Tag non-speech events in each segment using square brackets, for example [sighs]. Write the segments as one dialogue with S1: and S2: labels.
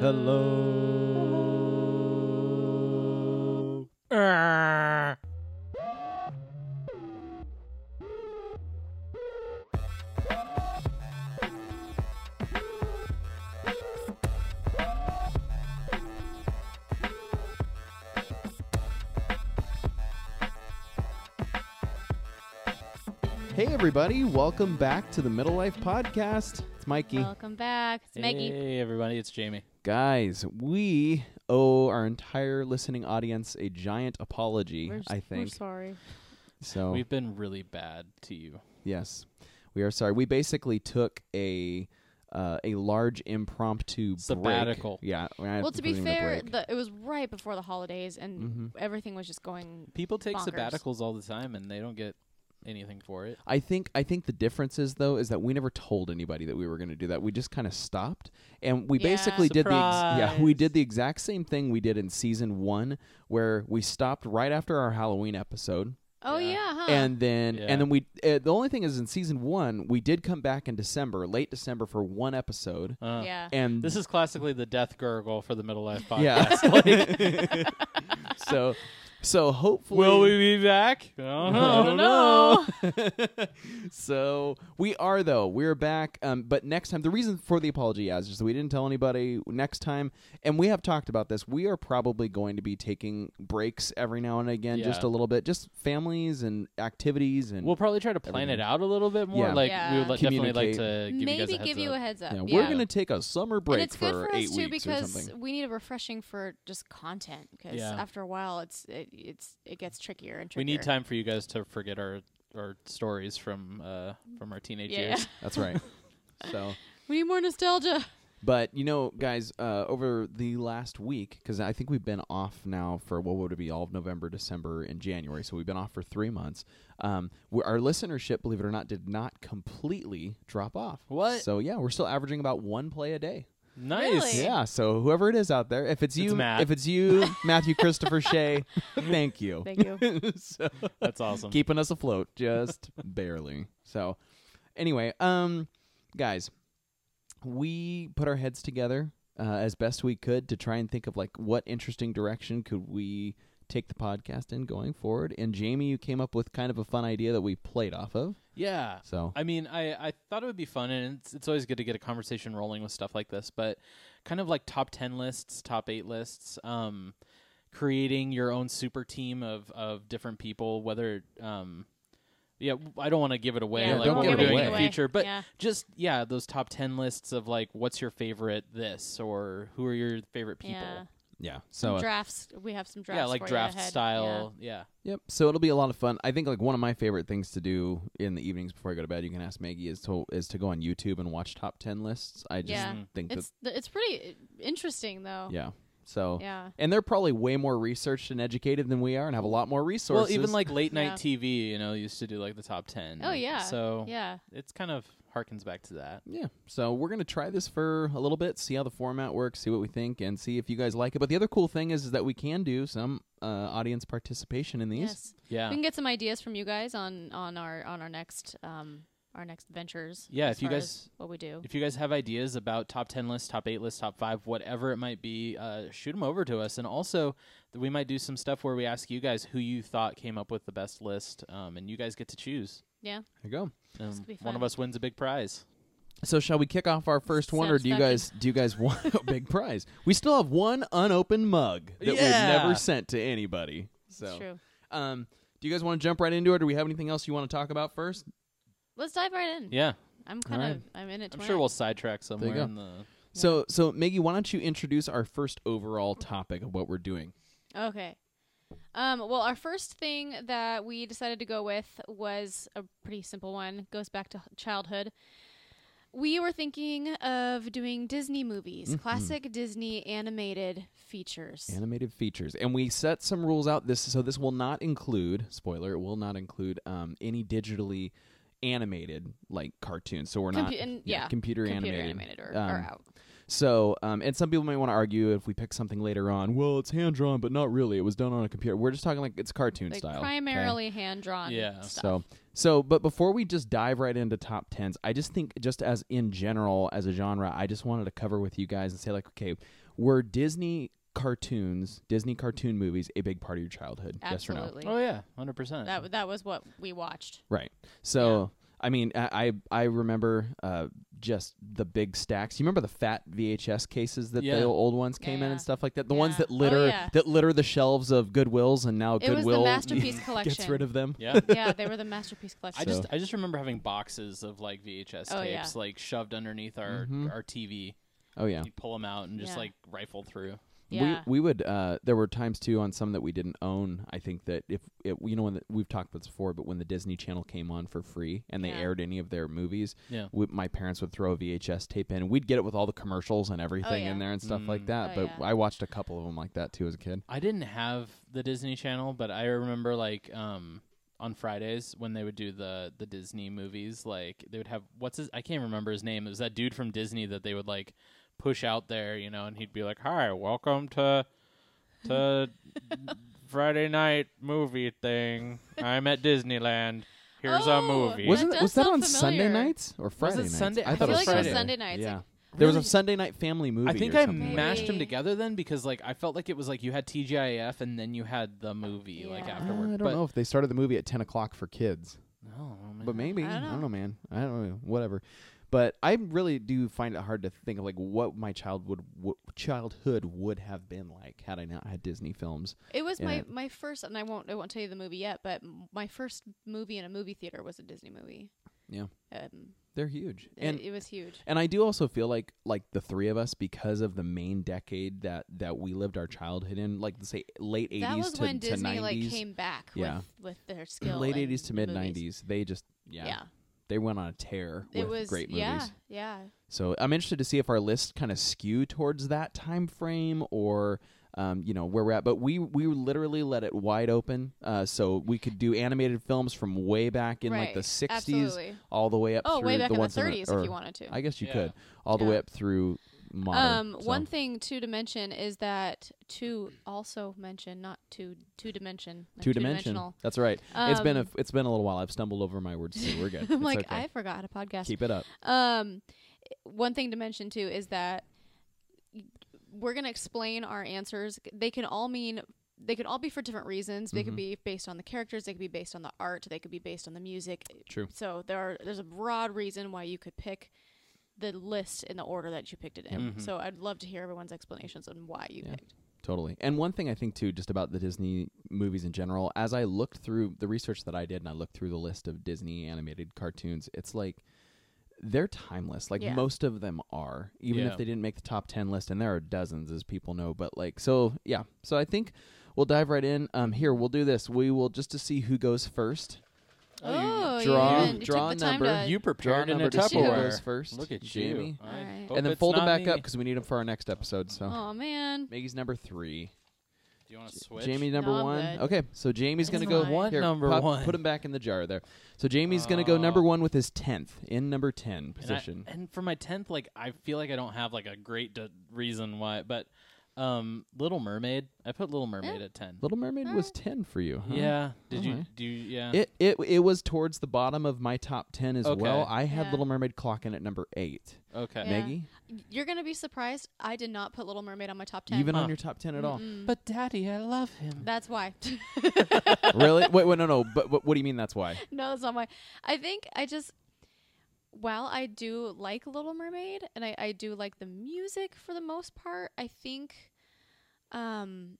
S1: Hello.
S2: Hello. Hey, everybody. Welcome back to the Middle Life Podcast. It's Mikey.
S1: Welcome back. It's Maggie.
S3: Hey everybody, it's Jamie.
S2: Guys, we owe our entire listening audience a giant apology,
S1: We're s-
S2: I
S1: We're
S2: think.
S1: sorry.
S2: So,
S3: We've been really bad to you.
S2: yes, we are sorry. We basically took a. Uh, a large impromptu break.
S3: Sabbatical.
S2: Yeah.
S1: Well, to be fair, the, it was right before the holidays, and
S2: mm-hmm.
S1: everything was just going.
S3: People take
S1: Bonkers.
S3: sabbaticals all the time and they don't get anything for it.
S2: I think I think the difference is though is that we never told anybody that we were going to do that. We just kind of stopped, and we
S1: Yeah.
S2: basically did the ex- yeah we
S3: Surprise.
S2: did the exact same thing we did in season one, where we stopped right after our Halloween episode,
S1: Oh yeah,
S3: Yeah.
S1: huh?
S2: and then
S3: Yeah.
S2: and then we uh, the only thing is in season one we did come back in December, late December for one episode,
S3: Uh,
S1: yeah.
S2: and
S3: This is classically the death gurgle for the middle life
S2: [laughs] Yeah.
S3: podcast. Like,
S2: [laughs] so so hopefully
S3: will we be back? [laughs] I don't know.
S2: I don't know. so we are though. We're back. Um, but next time, the reason for the apology is just that we didn't tell anybody. Next time, and we have talked about this. We are probably going to be taking breaks every now and again, just
S3: Yeah.
S2: a little bit, just families and activities, and
S3: We'll probably try to plan it
S2: Everything.
S3: out a little bit more.
S2: Yeah.
S3: Like we
S1: Yeah.
S3: would li- definitely like to give you guys
S1: Maybe
S3: a heads
S1: give
S3: up.
S1: you a heads up.
S2: yeah,
S1: Yeah,
S2: we're gonna take a summer break
S1: and it's good for
S2: eight
S1: us too
S2: weeks or
S1: because
S2: something.
S1: we need a refreshing for just content. Because
S3: Yeah.
S1: after a while, it's it, it's it gets trickier and trickier.
S3: we need time for you guys to forget our our stories from uh from our teenage
S1: Yeah. [laughs]
S3: years.
S2: That's right. so.
S1: We need more nostalgia.
S2: But you know, guys, uh, over the last week, because I think we've been off now for what would it be all of November, December, and January, so we've been off for three months. Um, we, our listenership, believe it or not, did not completely drop off.
S3: What?
S2: So yeah, we're still averaging about one play a day.
S3: Nice.
S1: Really?
S2: Yeah. So whoever it is out there, if it's
S3: It's
S2: you,
S3: Matt.
S2: if it's you, Matthew Christopher Shea, thank you.
S1: Thank you.
S2: [laughs] so
S3: That's awesome.
S2: keeping us afloat just [laughs] barely so anyway um guys we put our heads together uh, as best we could to try and think of like what interesting direction could we take the podcast in going forward and jamie you came up with kind of a fun idea that we played off of
S3: yeah.
S2: so
S3: I mean, I, I thought it would be fun, and it's, it's always good to get a conversation rolling with stuff like this, but kind of like top 10 lists, top eight lists, um, creating your own super team of, of different people, whether, um, yeah, w- I don't want to give it away
S1: Yeah,
S3: like
S2: don't
S3: what
S2: give
S3: we're
S2: it
S3: doing in the
S2: away.
S3: future, but
S1: Yeah.
S3: just, yeah, those top 10 lists of like, what's your favorite this, or who are your favorite people?
S1: Yeah.
S2: yeah
S1: Some
S2: so uh,
S1: drafts. We have some drafts.
S3: Yeah, like
S1: for you
S3: draft
S1: ahead.
S3: style. Yeah.
S2: Yep. So it'll be a lot of fun. I think like one of my favorite things to do in the evenings before I go to bed, you can ask Maggie, is to is to go on YouTube and watch top ten lists. I just
S1: Yeah.
S2: think
S1: Yeah. It's th- it's pretty uh, interesting though.
S2: that yeah. So
S1: Yeah.
S2: and they're probably way more researched and educated than we are, and have a lot more resources.
S3: Well, even like late night
S1: Yeah.
S3: TV, you know, used to do like the top 10.
S1: Oh, yeah.
S3: So
S1: Yeah.
S3: it's kind of harkens back to that.
S2: yeah. So we're gonna try this for a little bit, see how the format works, see what we think, and see if you guys like it. But the other cool thing is, is that we can do some uh, audience participation in these.
S1: Yes.
S3: Yeah.
S1: We can get some ideas from you guys on on our on our next um our next ventures.
S3: Yeah,
S1: as
S3: if you
S1: far
S3: guys-
S1: as what we do.
S3: If you guys have ideas about top 10 lists, top 8 lists, top 5, whatever it might be, uh, shoot them over to us. And also, th- we might do some stuff where we ask you guys who you thought came up with the best list, um, and you guys get to choose.
S1: Yeah.
S2: There you go.
S3: Um,
S1: could be
S3: one of
S1: fun.
S3: us wins a big prize.
S2: So shall we kick off our first one, or do you guys
S1: Satisfaction.
S2: do you guys [laughs] want a big prize? We still have one unopened mug that
S3: Yeah.
S2: we've never sent to anybody. So,
S1: It's true.
S2: um, do you guys want to jump right into it, or do we have anything else you want to talk about first?
S1: Let's dive right in.
S3: Yeah.
S1: I'm kind
S2: All right.
S1: of I'm in it.
S3: I'm
S1: to
S3: sure
S1: win.
S3: we'll sidetrack
S2: you
S3: somewhere
S2: go.
S3: in the.
S2: So, so Maggie, why don't you introduce our first overall topic of what we're doing?
S1: Okay. Um, well, our first thing that we decided to go with was a pretty simple one. Goes back to h- childhood. We were thinking of doing Disney movies, classic Disney animated features.
S2: Animated features, and we set some rules out. This so this will not include spoiler. It will not include um, any digitally animated like cartoons. So we're
S1: Compu-
S2: not
S1: and- yeah,
S2: computer,
S1: computer animated,
S2: animated.
S1: or,
S2: Um,
S1: or out.
S2: So, um, and some people may want to argue if we pick something later on. Well, it's hand drawn, but not really. It was done on a computer. We're just talking like it's cartoon
S1: Like
S2: style, okay?
S1: primarily hand drawn.
S3: Yeah.
S1: Stuff.
S2: So, so, but before we just dive right into top tens, I just think, just as in general, as a genre, I just wanted to cover with you guys and say, like, okay, were Disney cartoons, Disney cartoon movies, a big part of your childhood? Yes or no?
S1: Absolutely.
S3: Oh yeah, hundred percent.
S1: That that was what we watched.
S2: Right. So, I mean, I I I remember uh, just the big stacks. You remember the fat VHS cases that
S3: Yeah.
S2: the old ones
S1: Yeah,
S2: came in
S1: yeah.
S2: and stuff like that. The
S1: Yeah.
S2: ones that
S1: Oh,
S2: litter
S1: yeah.
S2: that litter the shelves of Goodwills, and now
S1: It was the
S2: Goodwill
S1: masterpiece
S2: [laughs] gets
S1: collection.
S2: rid of them.
S3: yeah.
S1: yeah, they were the masterpiece collection.
S3: I just
S2: [laughs] So-
S3: I just remember having boxes of like VHS
S1: Oh, yeah.
S3: tapes like shoved underneath our
S2: Mhm.
S3: our TV.
S2: Oh yeah.
S3: You'd pull them out and just
S1: Yeah.
S3: like rifle through.
S1: yeah.
S2: We we would uh there were times too on some that we didn't own. I think that if it, you know when the, we've talked about this before, but when the Disney Channel came on for free and they
S1: Yeah.
S2: aired any of their movies,
S3: Yeah.
S2: we, my parents would throw a VHS tape in. We'd get it with all the commercials and everything
S1: yeah.
S2: in there and stuff like
S3: Mm.
S2: that.
S1: Oh,
S2: but
S1: yeah.
S2: I watched a couple of them like that too as a kid.
S3: I didn't have the Disney Channel, but I remember like um on Fridays when they would do the the Disney movies, like they would have what's his I can't remember his name. It was that dude from Disney that they would like push out there, you know, and he'd be like, "Hi, welcome to
S1: [laughs]
S3: to Friday night movie thing. I'm at Disneyland. Here's a
S1: Oh,
S3: movie."
S1: That
S2: Wasn't
S1: does
S2: was that
S1: sound
S2: on Sunday
S1: familiar.
S2: nights or Friday nights?
S3: Sunday?
S2: I
S3: I
S2: thought
S3: feel
S2: it was
S3: like it was
S2: Friday.
S1: Sunday nights,
S2: Yeah.
S1: like-
S2: There was a
S3: Really?
S2: Sunday night family movie.
S3: I think
S2: or
S3: I
S2: something.
S3: mashed them
S1: Maybe.
S3: together then because like I felt like it was like you had TGIF and then you had the movie like
S1: Yeah.
S2: I
S3: afterward.
S2: don't
S3: but
S2: know if they started the movie at ten o'clock for kids.
S3: No, man.
S2: but maybe
S1: I
S2: I
S1: don't
S2: don't,
S1: know.
S2: know, man. I don't know, whatever. But I really do find it hard to think of like what my child would what childhood would have been like had I not had Disney films.
S1: It was
S2: Yeah.
S1: my, my first, and I won't I won't tell you the movie yet, but m- my first movie in a movie theater was a Disney movie.
S2: Yeah.
S1: um,
S2: They're huge,
S1: and
S2: and
S1: it, it was huge.
S2: and I do also feel like like the three of us because of the main decade that that we lived our childhood in, like say late
S1: That
S2: eighties
S1: was
S2: to,
S1: when
S2: to
S1: Disney
S2: 90s,
S1: like came back
S2: Yeah.
S1: with, with their
S2: [clears throat]
S1: skill.
S2: late
S1: eighties
S2: eighties to mid nineties. They just yeah,
S1: Yeah,
S2: they went on a tear
S1: it
S2: with
S1: was
S2: great movies.
S1: yeah yeah.
S2: So I'm interested to see if our lists kind of skew towards that time frame or um, you know where we're at. But we we literally let it wide open, uh, so we could do animated films from way back in like the
S1: Right.
S2: 60s
S1: Absolutely.
S2: all the way up.
S1: Oh,
S2: through
S1: way back in
S2: the
S1: the
S2: ones
S1: thirties
S2: or-
S1: if you wanted to.
S2: I guess you
S3: Yeah.
S2: could all the
S1: Yeah.
S2: way up through modern.
S1: um,
S2: so.
S1: one thing too to mention is that to also mention not to two dimension like
S2: Two dimension.
S1: two-dimensional.
S2: That's right. it's been a
S1: Um,
S2: it's been a little while. I've stumbled over my words too. We're good.
S1: [laughs] I'm
S2: It's
S1: like
S2: okay.
S1: I forgot how to podcast.
S2: keep it up.
S1: Um, one thing to mention too is that we're gonna explain our answers. They can all mean they could all be for different reasons. They could
S2: Mhm.
S1: be based on the characters. They could be based on the art. They could be based on the music.
S2: True.
S1: So there are there's a broad reason why you could pick the list in the order that you picked it in.
S3: Mhm.
S1: So I'd love to hear everyone's explanations on why you
S2: Yeah.
S1: picked.
S2: Totally. And one thing I think too, just about the Disney movies in general, as I looked through the research that I did and I looked through the list of Disney animated cartoons, it's like they're timeless. Like
S1: Yeah.
S2: most of them are, even
S3: Yeah.
S2: if they didn't make the top ten list, and there are dozens, as people know. But like, so yeah, so I think we'll dive right in. Um, here we'll do this. We will just to see who goes first.
S3: Oh,
S1: you
S2: draw-
S1: even took
S2: draw
S1: the time
S2: number.
S1: to-
S3: you prepared
S2: Draw
S3: in a
S2: number to see who
S3: Tupperware.
S2: goes first.
S3: Look at
S2: Jamie.
S3: you. I
S1: Alright.
S3: hope
S2: and then
S3: it's
S2: fold them
S3: not
S2: back
S3: me.
S2: up because we need them for our next episode. So
S1: oh man,
S2: Maggie's number three.
S3: Do you want to switch?
S2: Jamie number
S1: No, I'm
S2: one.
S1: good.
S2: Okay, so Jamie's gonna
S1: It's
S2: go
S1: fine. What
S2: here,
S3: number
S2: pop-
S3: one?
S2: Put him back in the jar there. So Jamie's gonna go number
S3: Oh.
S2: one with his tenth in number ten
S3: And I-
S2: position.
S3: And, for my tenth, like I feel like I don't have like a great d- reason why, but um, Little Mermaid. I put Little Mermaid at ten.
S2: Little Mermaid was ten for you. Huh?
S3: Hmm. Yeah. Did you
S2: Alright.
S3: do? you- Yeah.
S2: It it it was towards the bottom of my top ten as
S3: Okay.
S2: well. I had
S1: Yeah.
S2: Little Mermaid clock in at number eight.
S3: okay.
S1: Yeah.
S2: Maggie,
S1: you're gonna be surprised. I did not put Little Mermaid on my top ten.
S2: even
S3: Huh.
S2: on your top ten at all?
S3: But Daddy, I love him.
S1: That's why.
S2: [laughs] really? Wait, wait, no, no. But, but what do you mean? That's why?
S1: [laughs] no, that's not why. I think I just, while I do like Little Mermaid and I, I do like the music for the most part, I think, um,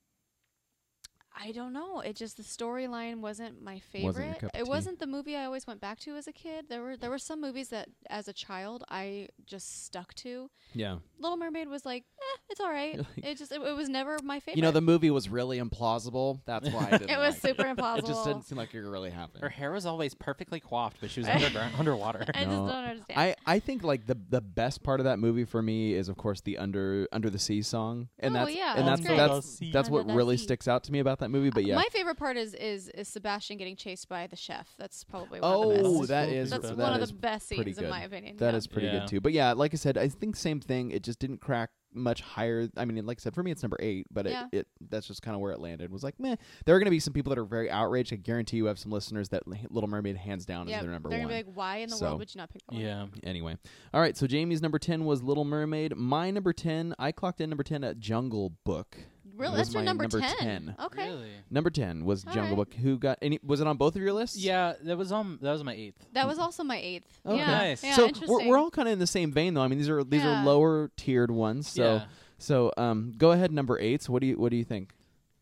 S1: I don't know. It just the storyline wasn't my favorite.
S2: Wasn't your cup of
S1: it
S2: tea.
S1: wasn't the movie I always went back to as a kid. There were there were some movies that as a child I just stuck to. [laughs]
S2: Yeah.
S1: Little Mermaid was like, eh, it's all right.
S2: You're [laughs] like-
S1: it just it, it was never my favorite.
S2: You know, the movie was really implausible. That's why
S1: [laughs]
S2: I didn't
S1: it was
S2: like
S1: super
S2: [laughs] it.
S1: impossible.
S2: It just didn't seem like it really happened.
S3: Her hair was always perfectly coiffed, but she was underground,
S2: [laughs]
S3: underwater.
S1: I just
S2: No,
S1: don't understand.
S2: I, I think like the the best part of that movie for me is of course the under under the sea song and
S1: Oh,
S2: that's
S1: yeah,
S2: and
S1: that's
S2: that's
S1: great.
S2: that's,
S3: Under the
S2: that's what
S1: sea.
S2: really
S1: Under the sea. Uh,
S2: sticks out to me about that that movie, but yeah.
S1: My favorite part is, is is Sebastian getting chased by the chef. That's probably one of the
S2: oh,
S1: best.
S2: that is
S1: That's
S2: that
S1: one of
S2: is
S1: the best
S2: pretty
S1: scenes in
S2: good.
S1: my opinion.
S2: That
S1: yeah.
S2: is pretty
S3: Yeah.
S2: good too. But yeah, like I said, I think same thing. It just didn't crack much higher. I mean, like I said, for me it's number eight, but it,
S1: Yeah.
S2: it that's just kind of where it landed. Was like, meh. There are going to be some people that are very outraged. I guarantee you have some listeners that Little Mermaid hands down
S1: Yep.
S2: is their number
S1: They're
S2: one.
S1: gonna be like, why in the
S2: So-
S1: world would you not pick that one?
S3: Yeah.
S2: Anyway, all right. So Jamie's number ten was Little Mermaid. My number ten, I clocked in number ten at Jungle Book.
S1: Really?
S2: Was
S1: That's your
S2: my
S1: number,
S2: number
S1: 10.
S2: 10.
S1: Okay.
S3: Really?
S2: Number ten was
S1: All
S2: Jungle
S1: right.
S2: Book. Who got any? Was it on both of your lists?
S3: Yeah, that was on that was my eighth.
S1: That was also my eighth.
S2: Okay.
S1: Yeah.
S3: Nice.
S1: Yeah,
S2: so we're,
S1: interesting.
S2: we're all kind of in the same vein, though. I mean, these are these
S1: Yeah.
S2: are lower tiered ones. So
S3: yeah.
S2: so um, go ahead, number eight. So what do you what do you think?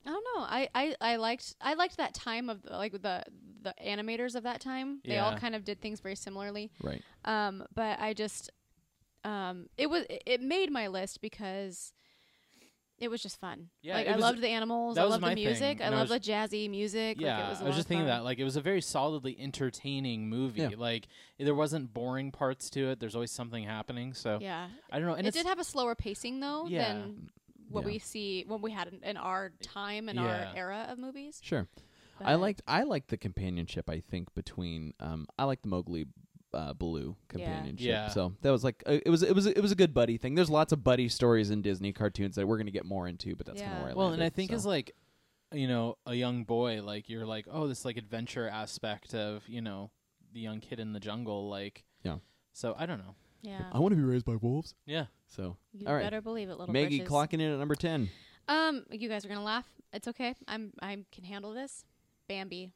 S1: I don't know. I, I, I liked I liked that time of the, like the the animators of that time. They all
S3: Yeah.
S1: kind of did things very similarly.
S2: Right.
S1: Um, but I just um, it was it- it made my list because it was just fun.
S3: Yeah,
S1: like
S3: it
S1: I
S3: was-
S1: loved the animals.
S3: that
S1: I
S3: was
S1: loved
S3: my
S1: the music.
S3: thing,
S1: I
S3: and I
S1: loved
S3: was-
S1: the jazzy music.
S3: Yeah,
S1: like, it was, a
S3: I was
S1: lot
S3: just
S1: of fun.
S3: thinking that like it was a very solidly entertaining movie.
S2: Yeah.
S3: Like there wasn't boring parts to it. There's always something happening. So
S1: Yeah,
S3: I don't know. And
S1: it
S3: it's,
S1: did have a slower pacing though
S3: Yeah.
S1: than what
S2: Yeah.
S1: we see when we had in, in our time and
S3: Yeah.
S1: our era of movies.
S2: Sure. I
S1: But-
S2: liked I liked the companionship. I think between um, I liked the Mowgli. Uh, Baloo companionship.
S3: Yeah.
S2: So that was like uh, it was it was it was a good buddy thing. There's lots of buddy stories in Disney cartoons that we're gonna get more into, but that's kind
S1: Yeah.
S2: of where I
S3: well,
S2: landed,
S3: and I think
S2: so.
S3: as like you know a young boy, like you're like oh this like adventure aspect of you know the young kid in the jungle. Like
S2: Yeah.
S3: So I don't know.
S1: Yeah,
S3: uh,
S2: I want to be raised by wolves.
S3: Yeah.
S2: So
S1: you
S2: all right.
S1: better believe it, little
S2: Maggie
S1: britches.
S2: clocking in at number ten.
S1: Um, you guys are gonna laugh. It's okay. I'm I can handle this. Bambi.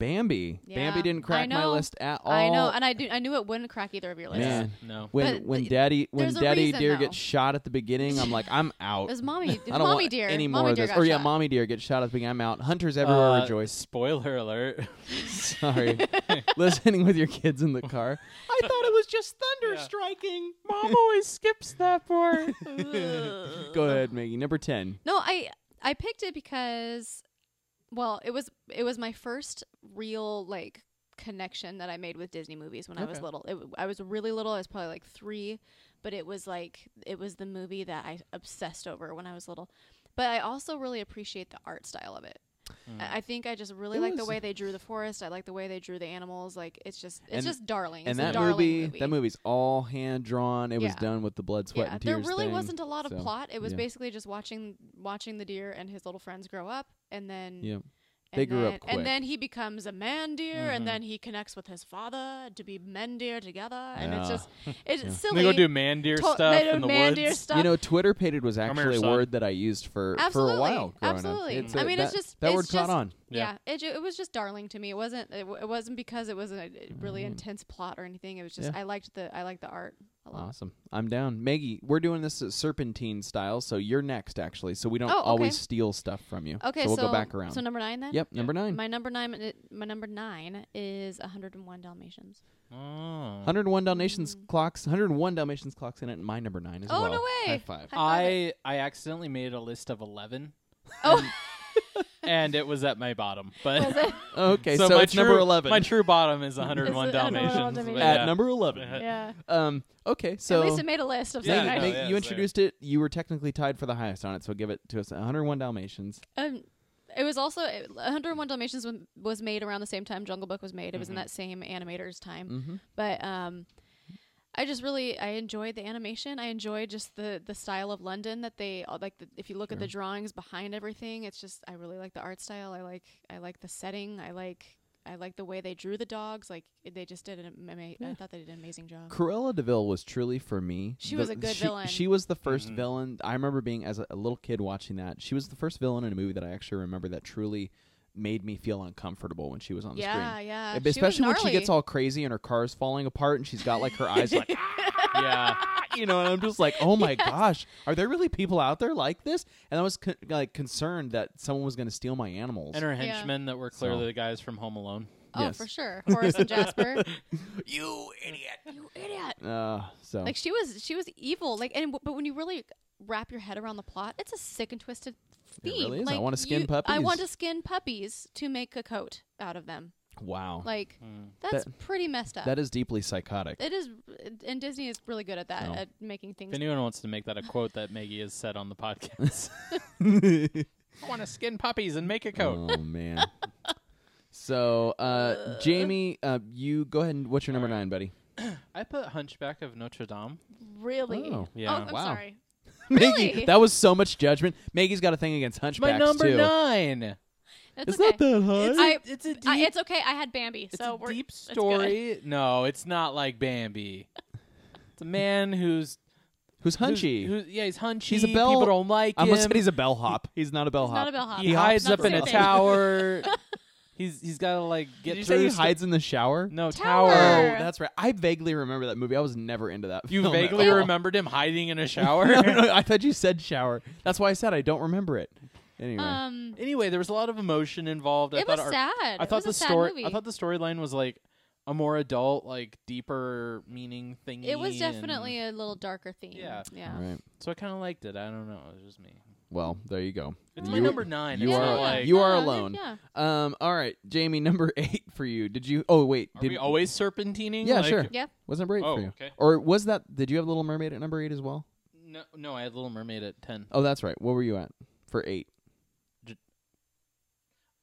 S2: Bambi. Bambi
S1: Yeah.
S2: didn't
S1: I
S2: crack my
S1: know.
S2: list at all.
S1: I know, and I do. I knew it wouldn't crack either of your lists.
S2: Man.
S3: No.
S2: when
S1: But
S2: when
S1: th-
S2: daddy when
S1: there's a
S2: daddy
S1: reason,
S2: deer
S1: though.
S2: gets shot at the beginning, I'm like
S1: [laughs]
S2: I'm
S1: It
S2: out.
S1: was mommy. It was
S2: Oh. [laughs] I don't
S1: mommy
S2: want
S1: deer.
S2: any more
S1: mommy
S2: of
S1: deer
S2: this.
S1: got
S2: Or yeah,
S1: shot.
S2: mommy deer gets shot at the beginning. I'm out. Hunters everywhere
S3: Uh, [laughs]
S2: rejoice.
S3: Spoiler alert. [laughs]
S2: Sorry, listening with your kids in the car. I thought it was just thunder
S3: Yeah.
S2: [laughs] striking.
S3: Mom always skips that part.
S2: [laughs]
S1: [laughs]
S2: Go ahead, Maggie. Number ten.
S1: No, I I picked it because, well, it was it was my first real like connection that I made with Disney movies when I was
S2: Okay.
S1: little. It, w- I was really little. I was probably like three, but it was like it was the movie that I obsessed over when I was little. But I also really appreciate the art style of it. I I think I just really
S2: Mm. It
S1: like the
S2: was-
S1: way they drew the forest. I like the way they drew the animals. Like it's just it's
S2: And-
S1: just darling.
S2: And
S1: it's a
S2: that
S1: darling
S2: movie,
S1: movie,
S2: that movie's all hand drawn. It was
S1: Yeah.
S2: done with the blood, sweat,
S1: yeah,
S2: and tears.
S1: there really
S2: thing.
S1: wasn't a lot of
S2: so,
S1: plot. It was
S2: yeah.
S1: basically just watching watching the deer and his little friends grow up, and then
S2: Yeah.
S1: and
S2: They grew up
S1: then-
S2: quick. Mm-hmm.
S1: and then he becomes a man deer,
S3: Mhm.
S1: and then he connects with his father to be men deer together, and it's
S2: Yeah. [laughs]
S1: just it's silly.
S3: They go do man deer
S1: To-
S3: stuff
S1: they do
S3: in the
S1: man
S3: woods.
S1: deer stuff.
S2: You know, Twitter pated was
S3: here,
S2: actually a
S3: son.
S2: word that I used for
S1: absolutely,
S2: for a while. Growing
S1: absolutely.
S2: Up. It's
S1: I
S2: a-
S1: mean,
S2: that,
S1: it's just
S2: that
S1: it's
S2: word
S1: just,
S2: caught on.
S1: Yeah,
S3: Yeah.
S1: it, ju- it was just darling to me. It wasn't it, w- it wasn't because it was a really intense plot or anything. It was just
S2: Mm-hmm. Yeah.
S1: I liked the I liked the art a lot.
S2: Awesome. I'm down. Maggie, we're doing this uh, serpentine style, so you're next, actually. So we don't
S1: Oh, okay.
S2: always steal stuff from you.
S1: Okay,
S2: so we'll go back around.
S1: So number nine then.
S2: yep, number nine.
S1: My number nine, my number nine is 101
S2: [laughs]
S1: Dalmatians.
S3: Oh.
S2: 101 Dalmatians clocks. 101 Dalmatians clocks in it, and my number nine as
S1: Oh,
S2: well.
S1: no way.
S2: High
S1: High five
S2: five.
S3: I I accidentally made a list of eleven,
S1: Oh,
S3: and it was at my bottom. But
S2: [laughs] okay, so,
S3: my
S2: it's
S3: true,
S2: number 11.
S3: My true bottom is 101
S1: Is it 101
S3: Dalmatians. but
S1: Dalmatians?
S2: At
S3: yeah. Uh-huh.
S2: number 11.
S1: yeah.
S2: Um, okay, so
S1: At least it made a list of
S3: Yeah,
S1: something.
S2: Maggie,
S3: no,
S2: Maggie,
S3: yeah,
S2: you
S3: it's there.
S2: introduced it. You were technically tied for the highest on it, so give it to us. 101 Dalmatians.
S1: Um, it was also 101 Dalmatians wa- was made around the same time Jungle Book was made. It was in that same animator's time.
S2: Mm-hmm.
S1: But um, I just really I enjoyed the animation. I enjoyed just the the style of London that they uh, like. The, if you look at the drawings behind everything, it's just I really like the art style. I like I like the setting. I like. I like the way they drew the dogs. Like they just did an ama- I thought they did an amazing job.
S2: Cruella Deville was truly for me.
S1: She was a good
S2: she,
S1: villain.
S2: She was the 1st
S3: Mm-hmm.
S2: villain. I remember being as a, a little kid watching that. She was the first villain in a movie that I actually remember that truly made me feel uncomfortable when she was on the
S1: yeah,
S2: screen.
S1: yeah.
S2: And
S1: was
S2: Especially when she
S1: gnarly.
S2: gets all crazy and her car's falling apart and she's got like her
S1: [laughs]
S2: eyes like "Ah,"
S3: yeah.
S2: you know and I'm just like oh my gosh are there really people out there like this and I was con- like concerned that someone was going to steal my
S1: [laughs]
S2: animals
S3: And her henchmen that were clearly
S2: So.
S3: the guys from Home Alone.
S1: Oh,
S2: Yes.
S1: for sure. Horace and
S2: [laughs]
S1: Jasper.
S2: you idiot
S1: You idiot.
S2: uh, so
S1: Like she was, she was evil. Like, and but when you really wrap your head around the plot, it's a sick and twisted
S2: It
S1: theme.
S2: really is. I
S1: Like,
S2: wanna skin
S1: you- I
S2: puppies.
S1: want to skin puppies to make a coat out of them.
S2: wow
S1: Like, uh, that's pretty messed up.
S2: Hmm. that is deeply psychotic
S1: it is, and Disney is really good at that,
S2: No.
S1: at making
S3: If
S1: things. [laughs]
S2: [laughs]
S3: anyone wants to make that a quote that Maggie has said on the podcast, [laughs] I want to skin puppies and make a coat.
S2: Oh man. so uh, Jamie, uh, you go ahead and what's your number nine, buddy?
S3: I put Hunchback of Notre Dame.
S4: Really?
S2: Oh.
S1: Oh,
S3: Yeah.
S1: I'm
S2: Wow.
S1: sorry.
S2: Maggie,
S4: Really?
S2: that was so much judgment. Maggie's got a thing against
S3: My
S2: hunchbacks
S3: number
S2: too.
S3: nine.
S1: That's
S2: It's
S1: okay.
S2: not that high.
S1: I-
S3: it's a deep,
S1: I, it's okay. I had Bambi,
S3: it's
S1: so
S3: a
S1: we're
S3: deep
S1: good.
S3: story. No, it's not like Bambi. it's a man who's who's-
S2: Who's hunchy?
S3: who- yeah, he's hunchy.
S2: He's a bell-
S3: People don't like
S2: I almost
S3: him.
S2: said he's a bellhop. He's not a bellhop.
S1: He's not a bellhop.
S3: he
S1: Hops,
S3: hides
S1: not
S3: up in a
S1: same thing. [laughs]
S3: tower. he's he's got to like get
S2: Did you say
S3: through.
S2: he
S3: stu-
S2: hides in the shower?
S3: no
S1: Tower.
S3: tower.
S2: Oh, that's right. I vaguely remember that movie. I was never into that.
S3: You
S2: film at
S3: vaguely
S2: all.
S3: remembered him hiding [laughs] in a shower.
S2: [laughs] no, no, I thought you said shower. That's why I said I don't remember it. Anyway,
S1: Um,
S3: Anyway, there was a lot of emotion involved. I
S1: it
S3: thought
S1: was
S3: our-
S1: sad.
S3: I
S1: It was
S3: thought the
S1: a sad
S3: story.
S1: movie.
S3: I thought the storyline was like a more adult, like deeper meaning thing.
S1: it was definitely a little darker theme.
S3: Yeah.
S1: Yeah.
S2: all right.
S3: so I kind of liked it. I don't know. It was just me.
S2: Well, there you go.
S3: It's
S1: You-
S3: my number nine.
S2: you
S3: it's
S1: Yeah,
S2: are-
S3: not
S1: yeah,
S3: like,
S2: you are
S1: "Oh, yeah,
S2: alone.
S1: Yeah.
S2: Um. All right, Jamie. Number [laughs] eight for you. Did you? Oh wait.
S3: Are
S2: did,
S3: we always serpentining?
S2: Yeah,
S3: Like-
S2: sure.
S1: Yeah.
S2: Was number eight
S3: Oh,
S2: for you?
S3: okay.
S2: Or was that? Did you have Little Mermaid at number eight as well?
S3: No, no. I had Little Mermaid at ten.
S2: Oh, that's right. What were you at for eight?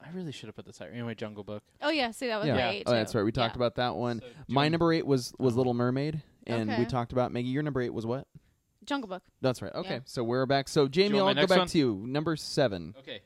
S3: I really should have put this out. Anyway, Jungle Book.
S1: Oh yeah. See that was
S2: yeah.
S1: my
S3: Yeah.
S1: eight,
S2: oh, that's
S1: too.
S2: right. We talked
S1: Yeah.
S2: about that one.
S3: So do
S2: My
S3: you-
S2: number eight was was
S3: Oh.
S2: Little Mermaid, and we
S1: Okay.
S2: talked about Maggie. Your number eight was what?
S1: Jungle Book.
S2: That's right. Okay,
S1: Yeah.
S2: so we're back. So Jamie,
S3: want my
S2: I'll go
S3: next
S2: back
S3: one?
S2: to you. Number seven.
S3: Okay.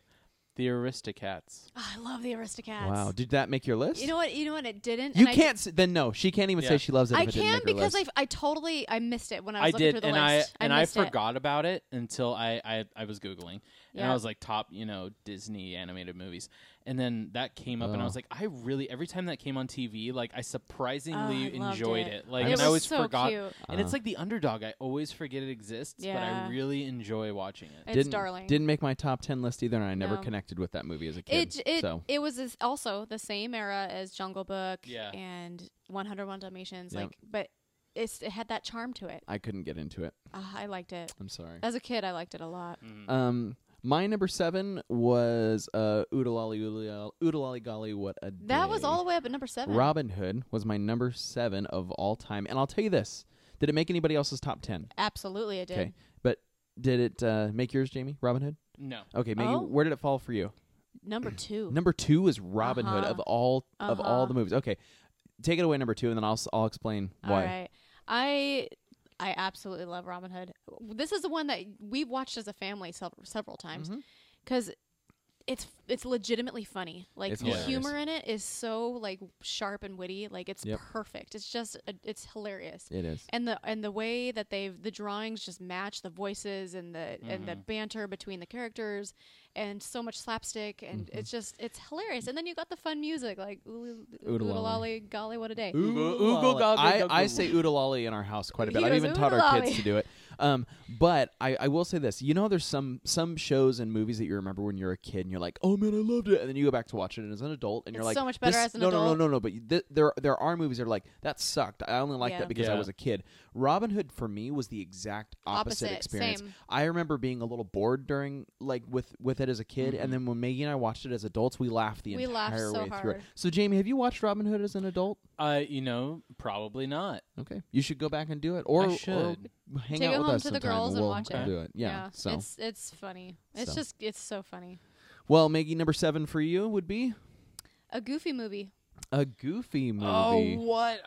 S3: The Aristocats.
S1: Oh, I love the Aristocats.
S2: Wow, did that make your list?
S1: You know what? You know what? It didn't.
S2: You
S1: and
S2: can't. s then no, she can't even
S3: Yeah.
S2: say she loves it.
S1: I,
S2: if
S1: I
S2: it didn't
S1: can
S2: make her
S1: because I,
S2: list.
S1: I totally I missed it when I was
S3: I
S1: looking
S3: did,
S1: through the
S3: and
S1: list.
S3: I and I
S1: missed it.
S3: forgot about it until I I, I was googling, and
S1: Yeah.
S3: I was like top you know Disney animated movies, and then that came up, and
S2: Oh.
S3: I was like, I really every time that came on TV, like I surprisingly
S1: Oh, I loved
S3: enjoyed
S1: it.
S3: it, like
S1: It
S3: and
S1: was
S3: I always
S1: so
S3: forgot,
S1: cute.
S3: and
S2: Uh.
S3: it's like the underdog, I always forget it exists, but
S1: Yeah.
S3: I really enjoy watching it.
S1: It's
S2: didn't,
S1: darling.
S2: Didn't make my top ten list either, and I never
S1: No.
S2: connected with that movie as a kid.
S1: it j- it,
S2: so
S1: it was this- also the same era as Jungle Book
S3: Yeah.
S1: and 101 Dalmatians
S2: Yeah.
S1: like but it's, it had that charm to it.
S2: I couldn't get into it.
S1: Ah, I liked it.
S2: I'm sorry.
S1: As a kid I liked it a lot.
S3: Mm-hmm.
S2: Um, my number seven was uh, Oodalolly Oodalolly Oodalolly Golly. What a
S1: That was
S2: Day.
S1: all the way up at number 7.
S2: Robin Hood was my number seven of all time, and I'll tell you this: Did it make anybody else's top ten?
S1: Absolutely it did.
S2: Okay, but did it uh, make yours, Jamie? Robin Hood.
S3: no,
S2: Okay, Maggie,
S1: Oh.
S2: where did it fall for you?
S1: Number 2.
S2: Number two is Robin Hood
S1: Uh-huh.
S2: of all of all
S1: Uh-huh.
S2: the movies. Okay, take it away, number two, and then I'll s- I'll explain
S1: All
S2: why.
S1: right. I I absolutely love Robin Hood. This is the one that we've watched as a family several, several times
S2: Mhm.
S1: because it's it's legitimately funny. Like
S2: It's
S1: the
S2: hilarious.
S1: humor in it is so like sharp and witty. Like it's
S2: Yep.
S1: perfect. It's just a, it's hilarious.
S2: It is.
S1: And the and the way that they've the drawings just match the voices and the and
S2: Mm-hmm.
S1: the banter between the characters and so much slapstick and
S2: Mm-hmm.
S1: it's just it's hilarious. And then you got the fun music like oodle-
S2: Oodalolly.
S1: oodalolly golly what a day.
S3: Oogle- oogle goggle
S2: I, I
S3: goggle.
S2: say oodalolly in our house quite a bit.
S1: He
S2: I've
S1: goes,
S2: even taught our kids
S1: "Oodalolly."
S2: to do it. Um, but I, I will say this. You know, there's some some shows and movies that you remember when you're a kid, and you're like, "Oh man, I loved it," and then you go back to watch it as an adult, and you're
S1: It's
S2: like,
S1: so much better
S2: this-
S1: as an
S2: no, No,
S1: adult.
S2: no, no, no. But you- th- there there are movies that are like that sucked. I only liked
S1: Yeah.
S2: that because I
S3: Yeah.
S2: was a kid. Robin Hood for me was the exact opposite,
S1: Opposite,
S2: experience.
S1: same.
S2: I remember being a little bored during like with with it as a kid,
S3: Mm-hmm.
S2: and then when Maggie and I watched it as adults, we laughed the
S1: We laughed
S2: entire
S1: so
S2: way through it.
S1: hard.
S2: So Jamie, have you watched Robin Hood as an adult?
S3: uh, you know, probably not.
S2: Okay, you should go back and do it, or, or
S3: should.
S2: hang
S1: Take
S2: out
S1: it
S2: with
S1: home
S2: us
S1: to the
S2: sometime
S1: girls and
S2: we'll
S1: watch
S2: we'll
S1: it.
S2: do it. Yeah. So,
S1: it's it's funny. It's
S2: So.
S1: just it's so funny.
S2: well, Maggie, number seven for you would be
S1: A goofy movie.
S2: a Goofy
S1: Oh.
S2: movie.
S3: Oh, what?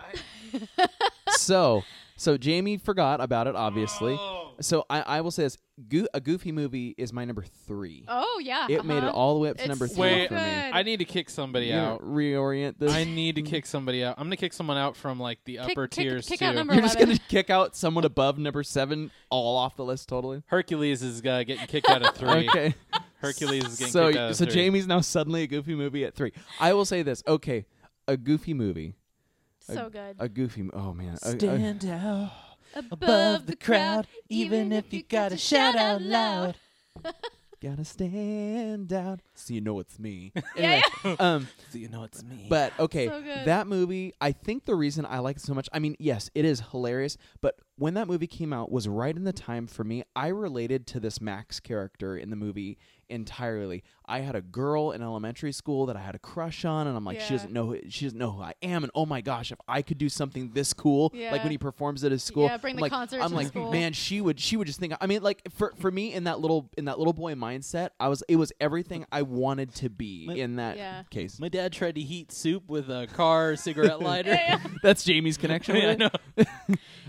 S2: so, so Jamie forgot about it, obviously.
S3: Oh.
S2: So I, I will say this: Goo a Goofy movie is my number three.
S1: Oh yeah,
S2: It made it all the way up to
S1: It's
S2: number
S1: so
S2: three
S3: Wait,
S2: for me.
S1: good.
S3: I need to kick somebody
S2: You
S3: out.
S2: reorient this.
S3: I need to kick somebody out. I'm gonna kick someone out from like the
S1: Kick-
S3: upper
S1: kick-
S3: tiers
S1: kick
S3: too.
S1: out number
S2: [laughs] You're just
S1: 11.
S2: gonna kick out someone above number seven, all off the list totally.
S3: Hercules is uh, getting kicked out of [laughs] three.
S2: Okay.
S3: Hercules is getting
S2: so
S3: kicked out of
S2: so
S3: three.
S2: Jamie's now suddenly a Goofy movie at three. I will say this: okay, a Goofy movie.
S1: so good.
S2: A goofy. mo- Oh man. A- a-
S3: out
S1: Above the crowd, even if you gotta shout out loud. [laughs]
S2: gotta stand out. So you know it's me. Anyway, um,
S3: So you know it's me.
S2: but okay,
S1: So good.
S2: that movie. I think the reason I like it so much. I mean, yes, it is hilarious. But when that movie came out was right in the time for me. I related to this Max character in the movie entirely. I had a girl in elementary school that I had a crush on, and I'm like, she
S1: Yeah.
S2: doesn't know who, she doesn't know who I am, and oh my gosh, if I could do something this cool, like
S1: Yeah.
S2: when he performs at his school,
S1: Yeah, bring
S2: I'm
S1: the
S2: like,
S1: concert
S2: I'm
S1: to the
S2: like,
S1: school.
S2: man, she would she would just think. I mean, like for for me in that little in that little boy mindset, I was it was everything I wanted to be
S3: My-
S2: in that
S1: Yeah.
S2: case.
S3: My dad tried to heat soup with a car
S1: [laughs]
S3: cigarette lighter.
S1: Yeah, yeah.
S2: That's Jamie's connection. with
S3: Yeah, [laughs] I
S2: it.
S3: know.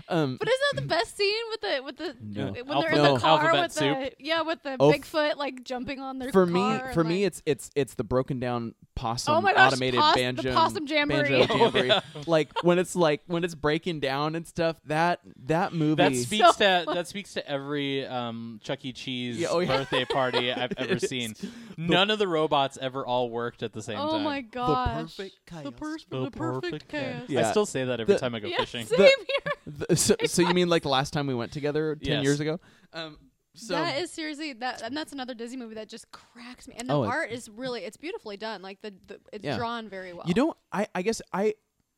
S2: Um,
S1: But isn't that the best scene with the with the
S2: No.
S1: when
S3: Alpha-
S1: they're in
S2: No.
S1: the car
S3: Alphabet
S1: with the yeah with the
S2: Oh, f-
S1: Bigfoot like jumping on their
S2: for me,
S1: car and,
S2: for me,
S1: like-
S2: it's it's it's the broken down possum
S1: Oh my gosh,
S2: automated
S1: pos- the
S2: banjo
S1: possum [laughs] jamboree.
S2: banjo
S3: Oh,
S2: jamboree.
S3: yeah.
S2: Like when it's like when it's breaking down and stuff. That that movie.
S3: That speaks
S1: So-
S3: to that speaks to every um, Chuck E. Cheese
S2: Yeah, oh, yeah.
S3: birthday [laughs] party I've
S2: [laughs]
S3: ever
S2: It's
S3: seen. None of the robots ever all worked at the same
S1: oh
S3: time.
S1: my gosh
S2: chaos.
S1: the, pers-
S3: The
S1: the perfect
S3: perfect
S1: chaos.
S2: Yeah.
S3: I still say that every
S2: The-
S3: time I go
S1: Yeah, [laughs]
S3: fishing.
S1: same
S2: The-
S1: here.
S2: The- so, so you mean like the last time we went together ten
S3: Yes.
S2: years ago? Um, so
S1: that is seriously that, and that's another Disney movie that just cracks me. And the
S2: Oh, it's-
S1: art is really it's beautifully done. Like the, the it's
S2: Yeah.
S1: drawn very well.
S2: You don't. I. I guess I.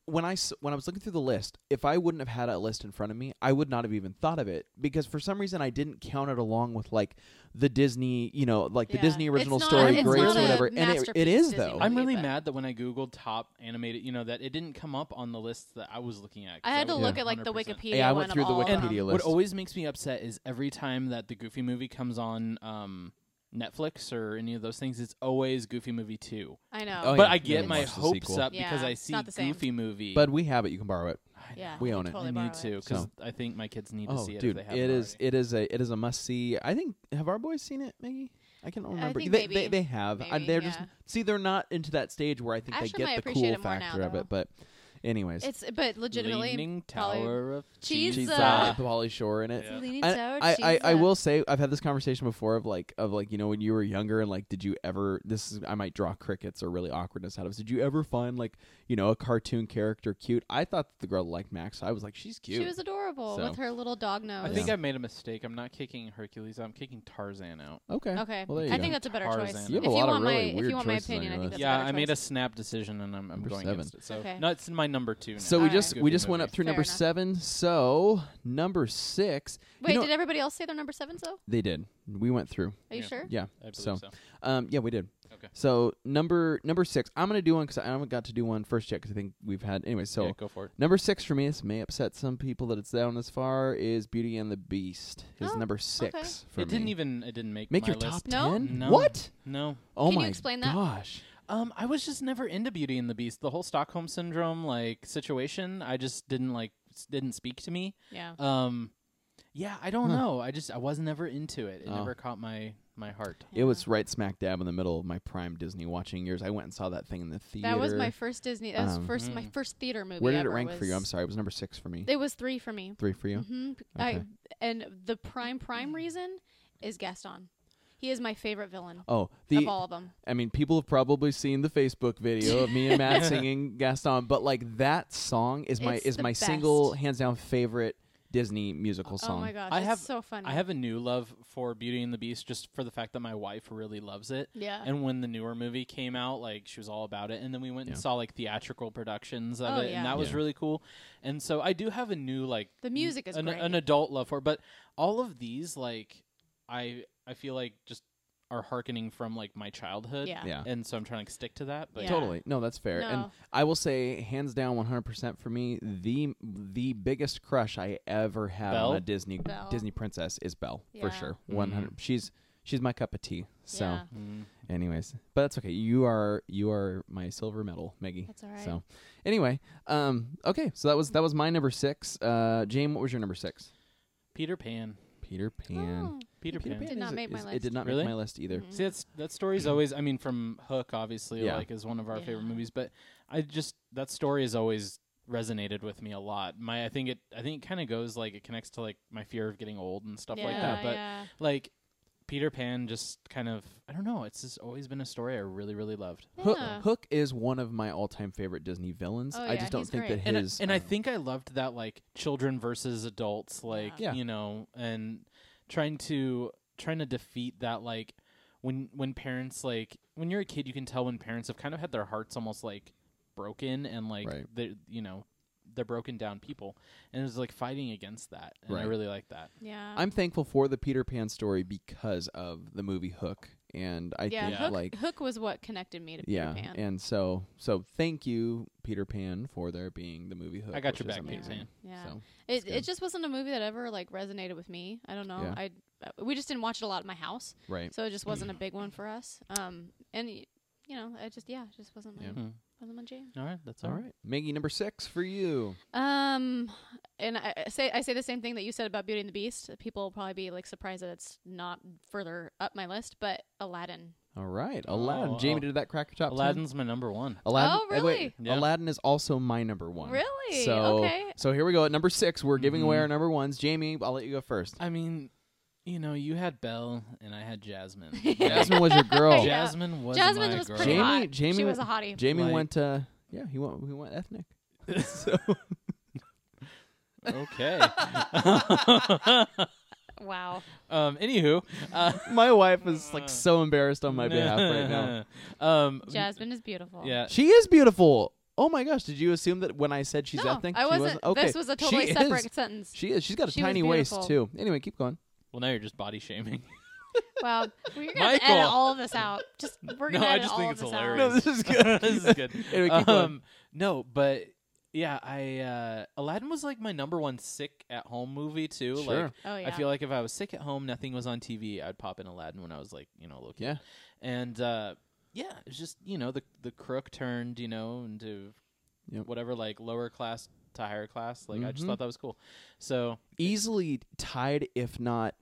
S2: When I s- when I was looking through the list, if I wouldn't have had a list in front of me, I would not have even thought of it because for some reason I didn't count it along with like the Disney, you know, like the
S1: Yeah.
S2: Disney
S1: It's
S2: original
S1: not-
S2: story
S3: it's
S2: greats
S3: not
S2: or
S3: a
S2: whatever. And it, it
S1: masterpiece
S2: is
S1: Disney
S2: though.
S1: movie.
S3: I'm really
S1: but-
S3: mad that when I googled top animated, you know, that it didn't come up on the list that I was looking at. 'cause
S1: I had to
S3: was
S1: look
S2: Yeah.
S1: at like the
S3: 100%.
S1: Wikipedia.
S2: Yeah, I
S1: one
S2: went through
S1: of
S2: the
S1: all of them.
S2: Wikipedia
S3: What
S2: list.
S3: always makes me upset is every time that the Goofy movie comes on um, Netflix or any of those things, it's always Goofy movie two.
S1: I know.
S2: Oh,
S1: Oh,
S2: yeah.
S1: yeah.
S3: but I
S2: you
S3: get
S2: haven't
S3: my
S2: watched the
S3: hopes
S2: sequel.
S3: up because
S1: Yeah,
S3: I
S1: it's
S3: see
S1: not the same.
S3: Goofy movie.
S2: But we have it. You can borrow it. we
S1: you
S2: own
S1: could
S2: it.
S1: Totally
S3: I
S1: borrow
S3: need to
S1: It.
S3: because
S2: So-
S3: I think my kids need to
S2: Oh,
S3: see it.
S2: dude,
S3: if they haven't
S2: it is.
S3: already.
S2: It is a. It is a must see. I think have our boys seen it, Maggie? I can remember.
S1: think
S2: they, they
S1: maybe.
S2: they have. I-
S1: Maybe,
S2: they're just
S1: yeah.
S2: see they're not into that stage where I think
S1: Ashton
S2: they
S1: might
S2: get the
S1: appreciate
S2: cool
S1: it more now,
S2: factor of
S1: though.
S2: it. But anyways,
S1: It's but legitimately
S3: Leaning
S1: probably-
S3: Tower of
S1: Cheese,
S3: Cheese. Ah.
S2: she's
S1: uh,
S2: Polly Shore in it.
S3: Yeah.
S1: Leaning
S2: And
S1: Tower.
S2: I, I,
S1: cheese,
S2: I
S1: uh,
S2: will say I've had this conversation before of like of like you know when you were younger and like did you ever this is I might draw crickets or really awkwardness out of this. did you ever find like you know a cartoon character cute I thought that the girl liked Max I was like she's cute
S1: She was adorable
S2: So.
S1: with her little dog nose.
S3: I think
S2: Yeah.
S3: I made a mistake. I'm not kicking Hercules. I'm kicking Tarzan out.
S2: okay
S1: Okay.
S2: well, there you
S1: I
S2: go.
S1: think that's a better choice.
S3: Tarzan. You have
S1: if
S2: a
S1: you
S2: lot of
S1: want
S2: really
S1: my if
S2: weird
S1: you want my
S2: choices on
S1: opinion,
S2: your
S1: I think
S2: list.
S1: that's
S3: yeah,
S1: a better
S3: I made a
S1: choice.
S3: snap decision, and I'm, I'm
S2: Number
S3: going
S2: seven.
S3: against it. So
S1: Okay.
S3: no, it's my number two. Now.
S2: so we
S1: All
S2: just
S3: right.
S2: we just went
S3: Goofy
S2: up through
S1: movie.
S2: number
S1: Fair enough.
S2: seven so number six you
S1: Wait,
S2: know-
S1: did everybody else say their number seven? So
S2: they did we went through
S1: are you
S3: Yeah.
S1: sure?
S2: yeah
S3: I believe
S2: so.
S3: so.
S2: Um, yeah, we did.
S3: Okay.
S2: So number number six, I'm gonna do one because I haven't got to do one first yet because I think we've had anyway. So
S3: Yeah, go for it.
S2: number six for me, this may upset some people that it's down this far, is Beauty and the Beast. Is
S1: Oh,
S2: number six for
S3: it
S2: me.
S3: didn't even. It didn't make
S2: make
S3: my
S2: your top
S3: list.
S1: No?
S2: ten.
S3: No.
S2: What?
S3: No.
S2: Oh
S1: Can you
S2: my
S1: explain that?
S2: gosh!
S3: Um, I was just never into Beauty and the Beast. The whole Stockholm syndrome like situation, I just didn't like. s- Didn't speak to me.
S1: Yeah.
S3: Um, yeah, I don't
S2: Huh.
S3: know. I just I was never into it. It
S2: Oh.
S3: never caught my my heart.
S2: It was right smack dab in the middle of my prime Disney watching years. I went and saw that thing in the theater.
S1: That was my first Disney. That was
S2: Um,
S1: first my
S3: Mm.
S1: first theater movie.
S2: Where did it
S1: ever
S2: rank for you?
S1: was-
S2: I'm sorry, it was number six for me.
S1: It was three for me.
S2: Three for you.
S1: hmm
S2: Okay.
S1: I, and the prime prime reason is Gaston. He is my favorite villain
S2: Oh, the
S1: of all of them.
S2: I mean, people have probably seen the Facebook video of me
S3: [laughs]
S2: and Matt singing Gaston, but like that song is my
S1: It's
S2: is
S1: the
S2: my
S1: best.
S2: single hands down favorite Disney musical song.
S1: Oh my gosh,
S3: I
S1: it's
S3: have-
S1: so funny.
S3: I have a new love for Beauty and the Beast just for the fact that my wife really loves it.
S1: yeah.
S3: And when the newer movie came out, like she was all about it. And then we went
S2: Yeah.
S3: and saw like theatrical productions of
S1: Oh,
S3: it,
S1: yeah.
S3: and that was
S2: Yeah.
S3: really cool. And so I do have a new like
S1: The music is
S3: an,
S1: great.
S3: an adult love for, it. but all of these like I I feel like just are hearkening from like my childhood.
S1: yeah.
S2: Yeah.
S3: And so I'm trying to stick to that. But
S1: Yeah.
S2: Totally. No, that's fair. And
S1: No.
S2: I will say hands down 100% for me, the the biggest crush I ever had
S3: Belle? Mm-hmm.
S2: on a Disney
S1: Belle.
S2: Disney princess is Belle, for
S1: Yeah.
S2: sure. 100 She's she's my cup of tea. So,
S1: Yeah.
S3: Mm.
S2: anyways, but that's okay. You are you are my silver medal, Maggie.
S1: That's all right.
S2: So, anyway, um okay, so that was that was my number 6. Uh Jane, what was your number 6?
S3: Peter Pan.
S2: Peter Pan.
S1: Oh.
S3: Peter, Pan.
S1: Pan. Did not
S2: is-
S1: make my
S2: is- It
S1: list.
S2: did not
S3: Really?
S2: make my list either.
S1: Mm.
S3: See, that's that story's always. I mean, from Hook, obviously,
S2: Yeah.
S3: like is one of our
S1: Yeah.
S3: favorite movies. But I just that story has always resonated with me a lot. My, I think it, I think it kind of goes like it connects to like my fear of getting old and stuff
S1: yeah,
S3: like that. But
S1: yeah.
S3: like Peter Pan, just kind of, I don't know. It's just always been a story I really, really loved.
S2: Hook,
S1: Yeah.
S2: Hook is one of my all-time favorite Disney villains.
S1: Oh,
S2: I
S1: yeah,
S2: just don't
S1: he's
S2: think
S1: great.
S2: that
S3: and I-
S2: his
S3: and I,
S2: um,
S3: think I loved that like children versus adults, like
S2: Yeah.
S3: you know, and trying to trying to defeat that like when when parents like when you're a kid, you can tell when parents have kind of had their hearts almost like broken and like
S2: Right.
S3: they you know they're broken down people, and it was like fighting against that, and I
S2: Right.
S3: really like that.
S1: Yeah.
S2: I'm thankful for the Peter Pan story because of the movie Hook, and I
S1: yeah,
S2: think
S3: Yeah.
S1: Hook,
S2: like
S1: Hook was what connected me to
S2: yeah,
S1: Peter Pan.
S2: and so so thank you Peter Pan for there being the movie Hook.
S3: I got
S2: which
S3: your
S2: is
S3: back, Peter
S2: amazing.
S3: Pan.
S1: yeah.
S2: So
S1: It
S2: good.
S1: it just wasn't a movie that ever like resonated with me. I don't know.
S2: Yeah.
S1: I uh, we just didn't watch it a lot in my house,
S2: right,
S1: so it just wasn't a big one for us. Um, and y- you know, I just yeah, it just wasn't my
S2: Yeah.
S3: Hmm.
S1: wasn't my jam.
S3: All right, that's
S2: all right, Maggie number six for you.
S1: Um, and I, I say I say the same thing that you said about Beauty and the Beast. People will probably be like surprised that it's not further up my list, but Aladdin.
S2: All right,
S3: Oh,
S2: Aladdin.
S3: oh.
S2: Jamie did that cracker top. 10?
S3: Aladdin's my number one.
S2: Aladdin.
S1: Oh,
S2: eh, wait,
S1: really?
S3: Yeah.
S2: Aladdin is also my number one.
S1: Really?
S2: So
S1: Okay.
S2: so here we go at number six. We're giving away
S3: Mhm.
S2: our number ones. Jamie, I'll let you go first.
S3: I mean, you know, you had Belle and I had Jasmine.
S1: [laughs]
S2: Jasmine was your girl.
S1: Yeah.
S3: Jasmine was
S1: Jasmine
S3: my
S1: was
S3: girl.
S1: pretty
S2: Jamie-
S1: hot.
S2: Jamie
S1: she was a
S2: went-
S1: hottie.
S2: Jamie
S3: Like-
S2: went. Uh, yeah, he went. He went ethnic. [laughs] so
S3: okay.
S1: wow.
S3: um. Anywho, uh,
S2: my wife is like so embarrassed on [laughs] my behalf right
S3: [laughs]
S2: now.
S3: Um.
S1: Jasmine is beautiful.
S3: Yeah.
S2: She is beautiful. Oh my gosh! Did you assume that when I said she's
S1: no,
S2: ethnic,
S1: I
S2: she
S1: wasn't.
S2: wasn't? Okay,
S1: This
S3: [laughs]
S1: was a totally
S2: she
S1: separate
S2: Is.
S1: sentence.
S2: She is. She's got a
S1: She was
S2: tiny waist
S1: beautiful.
S2: too. Anyway, keep going.
S3: Well, now you're just body shaming.
S1: Wow, we're gonna have to edit
S3: Michael.
S1: all of this out. Just
S3: [laughs]
S1: we're gonna
S3: No, I
S1: edit
S3: just
S1: all
S3: think
S1: of
S3: it's
S1: this
S3: hilarious.
S1: out.
S2: this is
S3: [laughs]
S2: good.
S3: this is good.
S2: Anyway, [laughs] keep
S3: Um,
S2: going.
S3: No, but yeah, I uh, Aladdin was like my number one sick at home movie too. Like
S2: Sure.
S1: Oh yeah.
S3: I feel like if I was sick at home, nothing was on TV, I'd pop in Aladdin when I was like, you know, looking.
S2: Yeah.
S3: And uh, yeah, it's just you know the the crook turned you know into
S2: Yep.
S3: whatever like lower class to higher class. Like I just
S2: Mhm.
S3: thought that was cool. So
S2: Easily tied, if not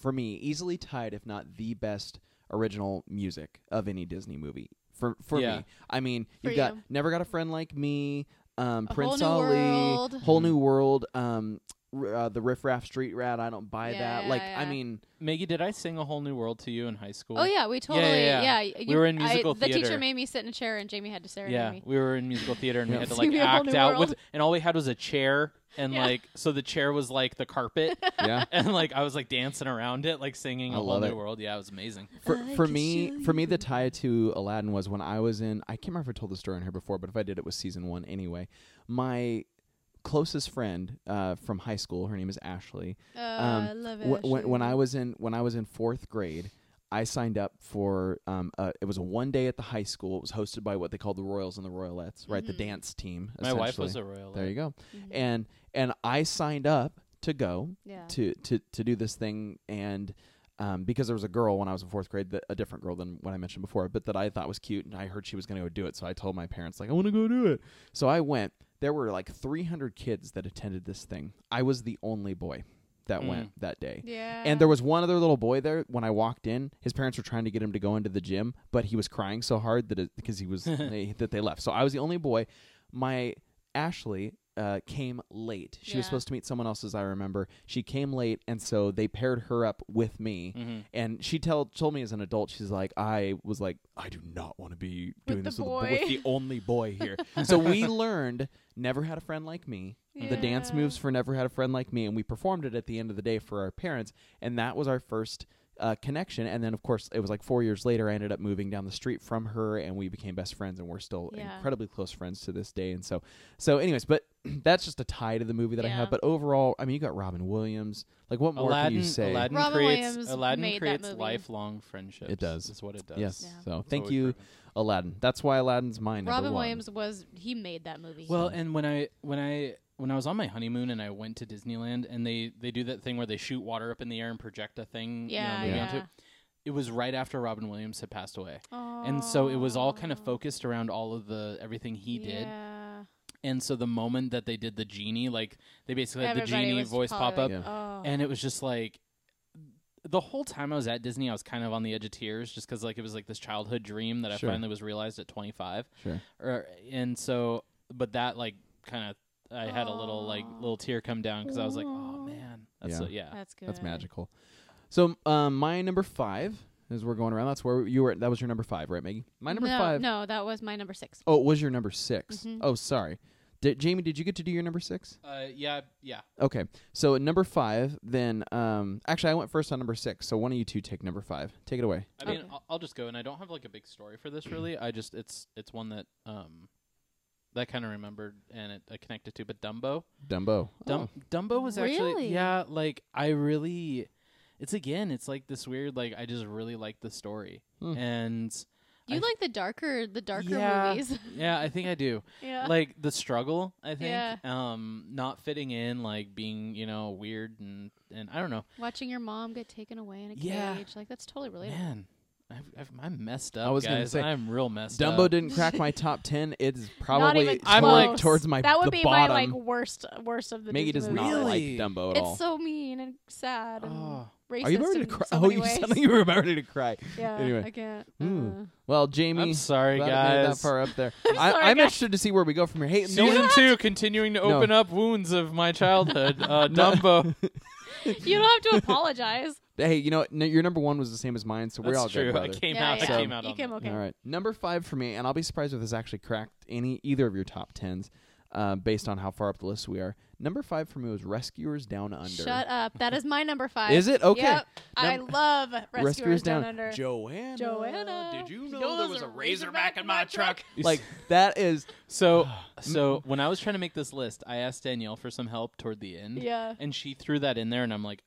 S2: for me, easily tied, if not the best original music of any Disney movie. For for
S3: Yeah.
S2: me, I mean,
S1: For
S2: you've got
S1: you.
S2: Never Got a Friend Like Me, um,
S1: A
S2: Prince
S1: Whole New
S2: Ali,
S1: World.
S2: Whole New World, um, r- uh, the Riff Raff Street Rat. I don't buy that.
S1: Yeah,
S2: Like, I
S1: yeah.
S2: mean,
S3: Maggie, did I sing a whole new world to you in high school?
S1: Oh yeah, we
S3: yeah,
S1: totally.
S3: yeah.
S1: you,
S3: We were in
S1: I-
S3: musical
S1: The teacher
S3: theater.
S1: made me sit in a chair, and Jamie had to stare
S3: Yeah,
S1: at me.
S3: we were in musical theater and we
S1: [laughs]
S2: Yeah.
S3: had to
S1: Sing
S3: like
S1: Me a Whole
S3: act
S1: New
S3: out
S1: World.
S3: with, and all we had was a chair, and
S1: Yeah.
S3: like so the chair was like
S1: [laughs]
S3: the carpet,
S2: yeah.
S3: and like I was like dancing around it, like singing
S2: I
S3: a whole
S2: love
S3: new
S2: it.
S3: world. Yeah, it was amazing.
S2: For,
S1: I
S2: for
S1: could show
S2: me, for me,
S1: you.
S2: the tie to Aladdin was when I was in. I can't remember if I told the story in here before, but if I did, it was season one anyway. My closest friend uh, from high school, her name is Ashley.
S1: Uh,
S2: Um,
S1: I love it.
S2: Wh- when, when I was in when I was in fourth grade, I signed up for um, uh, it was a one day at the high school. It was hosted by what they called the Royals and the Royalettes, right? The
S1: Mhm.
S2: dance team.
S3: My wife
S2: essentially.
S3: was a royal.
S2: There you go.
S1: Mhm.
S2: And and I signed up to go
S1: yeah.
S2: to to to do this thing and um, because there was a girl when I was in fourth grade, that, a different girl than what I mentioned before, but that I thought was cute, and I heard she was going to go do it. So I told my parents, like, I want to go do it. So I went. There were like 300 kids that attended this thing. I was the only boy that
S3: Mm.
S2: went that day.
S1: Yeah.
S2: And there was one other little boy there when I walked in. His parents were trying to get him to go into the gym, but he was crying so hard that it, because he was they, that they left. So I was the only boy. My Ashley uh, came late. She was
S1: Yeah.
S2: supposed to meet someone else, as I remember. She came late, and so they paired her up with me.
S3: Mm-hmm.
S2: And she tell, told me as an adult, she's like, I was like, I do not want to be doing
S1: the
S2: this with, the, bo- with
S1: boy."
S2: the only boy
S1: [laughs]
S2: here. so we learned never had a friend like me the dance
S1: Yeah.
S2: moves for Never Had a Friend Like Me, and we performed it at the end of the day for our parents, and that was our first uh, connection. And then, of course, it was like four years later, I ended up moving down the street from her, and we became best friends, and we're still
S1: Yeah.
S2: incredibly close friends to this day. And so, so, anyways, but [clears throat] that's just a tie to the movie that I
S1: Yeah.
S2: have. But overall, I mean, you got Robin Williams. Like, what more
S3: Aladdin,
S2: can you say?
S3: Aladdin
S1: Robin
S3: creates
S1: Williams
S3: Aladdin
S1: made that
S3: creates
S1: movie.
S3: lifelong friendships.
S2: It does.
S3: That's what it does.
S2: Yes.
S1: Yeah.
S2: So,
S3: That's
S2: thank
S3: what we've
S2: you,
S3: proven.
S2: Aladdin. That's why Aladdin's mine.
S1: Robin
S2: number one.
S1: Williams was he made that movie.
S3: Well, and when I when I when I was on my honeymoon and I went to Disneyland and they they do that thing where they shoot water up in the air and project a thing. you know,
S1: yeah,
S3: moving
S1: yeah.
S3: onto it. It was right after Robin Williams had passed away.
S1: Aw.
S3: and so it was all kind of focused around all of the everything he did
S1: Yeah.
S3: and so the moment that they did the genie like they basically had the
S1: Everybody
S3: genie
S1: was
S3: voice
S1: probably
S3: pop up
S1: like, Oh.
S3: and it was just like the whole time i was at disney i was kind of on the edge of tears just because like it was like this childhood dream that
S2: Sure.
S3: i finally was realized at 25
S2: Sure.
S3: or, and so but that like kind of i had a little like
S1: Aw.
S3: little tear come down because i was like oh
S1: Aw.
S3: man that's
S2: Yeah.
S3: so- yeah
S1: that's good.
S2: That's magical. So, um, my number five. As we're going around, that's where you were. That was your number five, right, Maggie? My number
S1: no,
S2: five.
S1: No, that was my number six.
S2: Oh, it was your number 6
S1: Mhm.
S2: Oh, sorry. Did, Jamie, did you get to do your number six?
S3: uh, yeah yeah
S2: Okay. So at number five, then um actually I went first on number six, so one of you two take number five. Take it away.
S3: I mean,
S1: Okay.
S3: I'll, I'll just go, and I don't have like a big story for this really. I just it's it's one that um that kind of remembered and it I connected to, but Dumbo.
S1: Oh,
S2: Dumbo.
S3: Dum- Dumbo was
S1: Really?
S3: actually yeah, like I really it's again, it's like this weird like I just really like the story.
S2: Hmm.
S3: And
S1: You
S3: I-
S1: like the darker, the darker
S3: Yeah.
S1: movies. [laughs]
S3: yeah, I think I do.
S1: yeah.
S3: Like the struggle, I think.
S1: Yeah.
S3: Um not fitting in, like being, you know, weird and and I don't know.
S1: Watching your mom get taken away in a
S3: Yeah.
S1: cage. Like that's totally relatable.
S3: Man, I've, I've, I'm messed up.
S2: I was gonna
S3: guys.
S2: say,
S3: I'm real messed up.
S2: Dumbo didn't crack
S1: [laughs]
S2: my top ten. It's
S1: Not
S2: probably
S1: even
S2: I'm
S1: close.
S2: like towards my
S1: That would
S2: the
S1: be
S2: bottom.
S1: my like worst worst of the
S2: Maggie does
S1: Disney
S2: not
S1: movies.
S2: like
S3: Really?
S2: Dumbo at
S1: It's
S2: all.
S1: so mean and sad and
S3: Oh.
S1: racist
S2: Are you about
S1: in
S2: ready to cry?
S1: so
S2: oh,
S1: many
S2: you
S1: ways.
S2: sounded like you were about ready to cry.
S1: yeah,
S2: anyway. Hmm.
S1: I can't.
S2: Ooh.
S1: uh.
S2: Well, Jamie,
S3: I'm sorry,
S2: glad I made
S3: guys.
S2: that far up
S1: [laughs]
S2: there. I'm,
S1: sorry,
S2: I'm
S1: guys.
S2: interested to see where we go from here. Hey, no
S3: [laughs]
S2: one-
S3: Season two, continuing to
S2: No.
S3: open up wounds of my childhood.
S2: [laughs]
S3: Uh, Dumbo.
S1: you don't have to apologize.
S2: hey, you know what? No, your number one was the same as mine, so we're
S3: That's
S2: all
S3: true.
S2: good.
S3: I
S2: brother.
S3: came
S1: yeah,
S3: out.
S1: yeah.
S3: I came out.
S1: You
S3: on
S1: came
S3: that.
S1: okay.
S2: All right, number five for me, and I'll be surprised if this actually cracked any either of your top tens, uh, based on how far up the list we are. Number five for me was Rescuers Down Under.
S1: Shut up. That is my number five.
S2: Is it okay?
S1: Yep. I
S2: Num-
S1: love Rescuers, Down, Under.
S2: Joanna.
S1: Joanna.
S2: Did you know
S1: Yours
S2: there was
S1: a
S2: a Razorback
S1: Razorback
S2: in my
S1: in my
S2: truck? Like that is [sighs]
S3: So, so when I was trying to make this list, I asked Danielle for some help toward the end.
S1: [laughs] Yeah.
S3: And she threw that in there, and I'm like,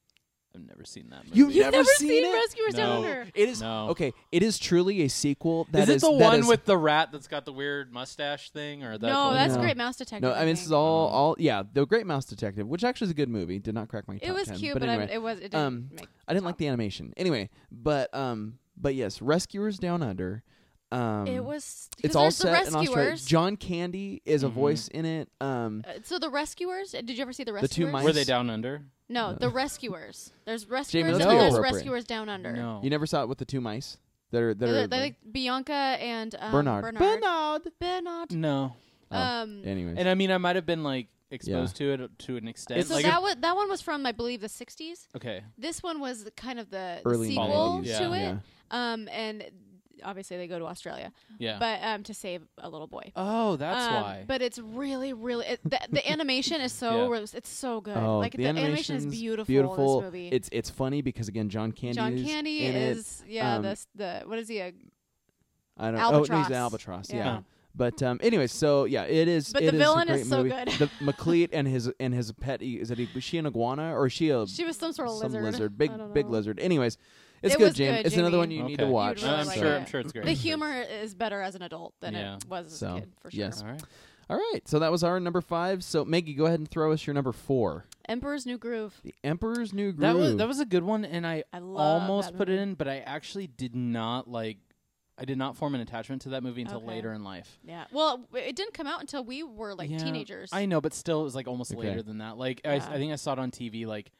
S3: I've never seen that movie.
S2: You've
S1: You've
S2: Never
S1: never
S2: seen
S1: seen,
S2: it?
S1: Rescuers Down
S3: No.
S1: Under.
S2: it
S3: [laughs]
S2: is
S3: No.
S2: okay. It is truly a sequel. That
S3: Is
S2: is
S3: it the
S2: that
S3: one
S2: is-
S3: with the rat that's got the weird mustache thing, or that's
S1: No, that's
S2: No.
S1: Great Mouse Detective.
S2: No, I mean this
S1: think.
S2: is all all yeah. The Great Mouse Detective, which actually is a good movie, did not crack my top
S1: It was
S2: 10,
S1: cute,
S2: but,
S1: but,
S2: anyway,
S1: I, it was. It didn't
S2: um,
S1: make.
S2: I didn't like the animation. Anyway, but um, but yes, Rescuers Down Under. Um,
S1: It was. 'cause
S2: It's all
S1: there's the
S2: set in Australia.
S1: rescuers.
S2: John Candy is a
S3: Mhm.
S2: voice in it. Um,
S1: Uh, so the rescuers. Did you ever see the
S2: The
S1: rescuers?
S2: two mice.
S3: were they down under?
S1: No,
S2: No.
S1: the rescuers. There's rescuers
S2: that's
S1: and there's
S2: inappropriate.
S1: rescuers down under.
S3: No.
S2: you never saw it with the two mice that are that
S1: They're,
S2: are
S1: they're Oh. like Bianca and um,
S2: Bernard.
S1: Bernard.
S2: Bernard.
S1: Bernard.
S3: no.
S2: Oh,
S1: Um,
S2: Anyway,
S3: And I mean, I might have been like exposed to it to an extent.
S2: It's
S1: so
S3: like
S1: that was that one was from I believe the 60s.
S3: okay,
S1: This one was the- kind of the, the
S2: early
S1: sequel
S2: 90s.
S1: to
S3: Yeah.
S1: it.
S2: Yeah.
S1: Um, and obviously they go to Australia,
S3: yeah.
S1: but um, to save a little boy.
S3: oh, that's
S1: Um,
S3: why.
S1: But it's really, really it, the, the animation is so
S3: [laughs] Yeah.
S1: ros- it's so good.
S2: Oh,
S1: like the, animation is
S2: animation's
S1: beautiful. in
S2: Beautiful.
S1: This movie.
S2: It's it's funny because again, John Candy.
S1: John
S2: is
S1: Candy
S2: in it.
S1: is yeah
S2: um,
S1: the s- the what is he a
S2: I don't. Oh, no, he's
S1: Albatross.
S2: an albatross. Yeah.
S1: Yeah.
S2: But um, anyway, so yeah, it is.
S1: But
S2: it
S1: the
S2: a
S1: villain is
S2: great
S1: so
S2: movie.
S1: good. [laughs]
S2: The McLeod and his and his pet e- is it a, was she an iguana or is she a
S1: she was some sort of
S2: some
S1: lizard. [laughs]
S2: big
S1: I don't
S2: big
S1: know.
S2: lizard. Anyways, it's
S1: It
S2: good,
S1: was
S2: Jamie.
S1: good,
S2: It's another
S1: Jamie.
S2: one you need to
S3: Okay.
S2: watch.
S1: You'd really
S3: I'm
S1: like
S3: sure.
S1: it.
S3: I'm sure it's great.
S1: The humor is better as an adult than
S3: Yeah.
S1: it was as
S2: So,
S1: a kid for sure.
S2: yes.
S3: All right.
S2: All right, so that was our number five. So Maggie, go ahead and throw us your number four,
S1: Emperor's New Groove.
S2: The Emperor's New Groove.
S3: That was that was a good one, and I
S1: I love
S3: almost
S1: that
S3: put it
S1: movie.
S3: in, but I actually did not like. I did not form an attachment to that movie until
S1: Okay.
S3: later in life.
S1: Yeah. Well, w- it didn't come out until we were like
S3: Yeah,
S1: teenagers.
S3: I know, but still, it was like almost
S2: Okay.
S3: later than that. Like I,
S1: Yeah.
S3: I think I saw it on TV, like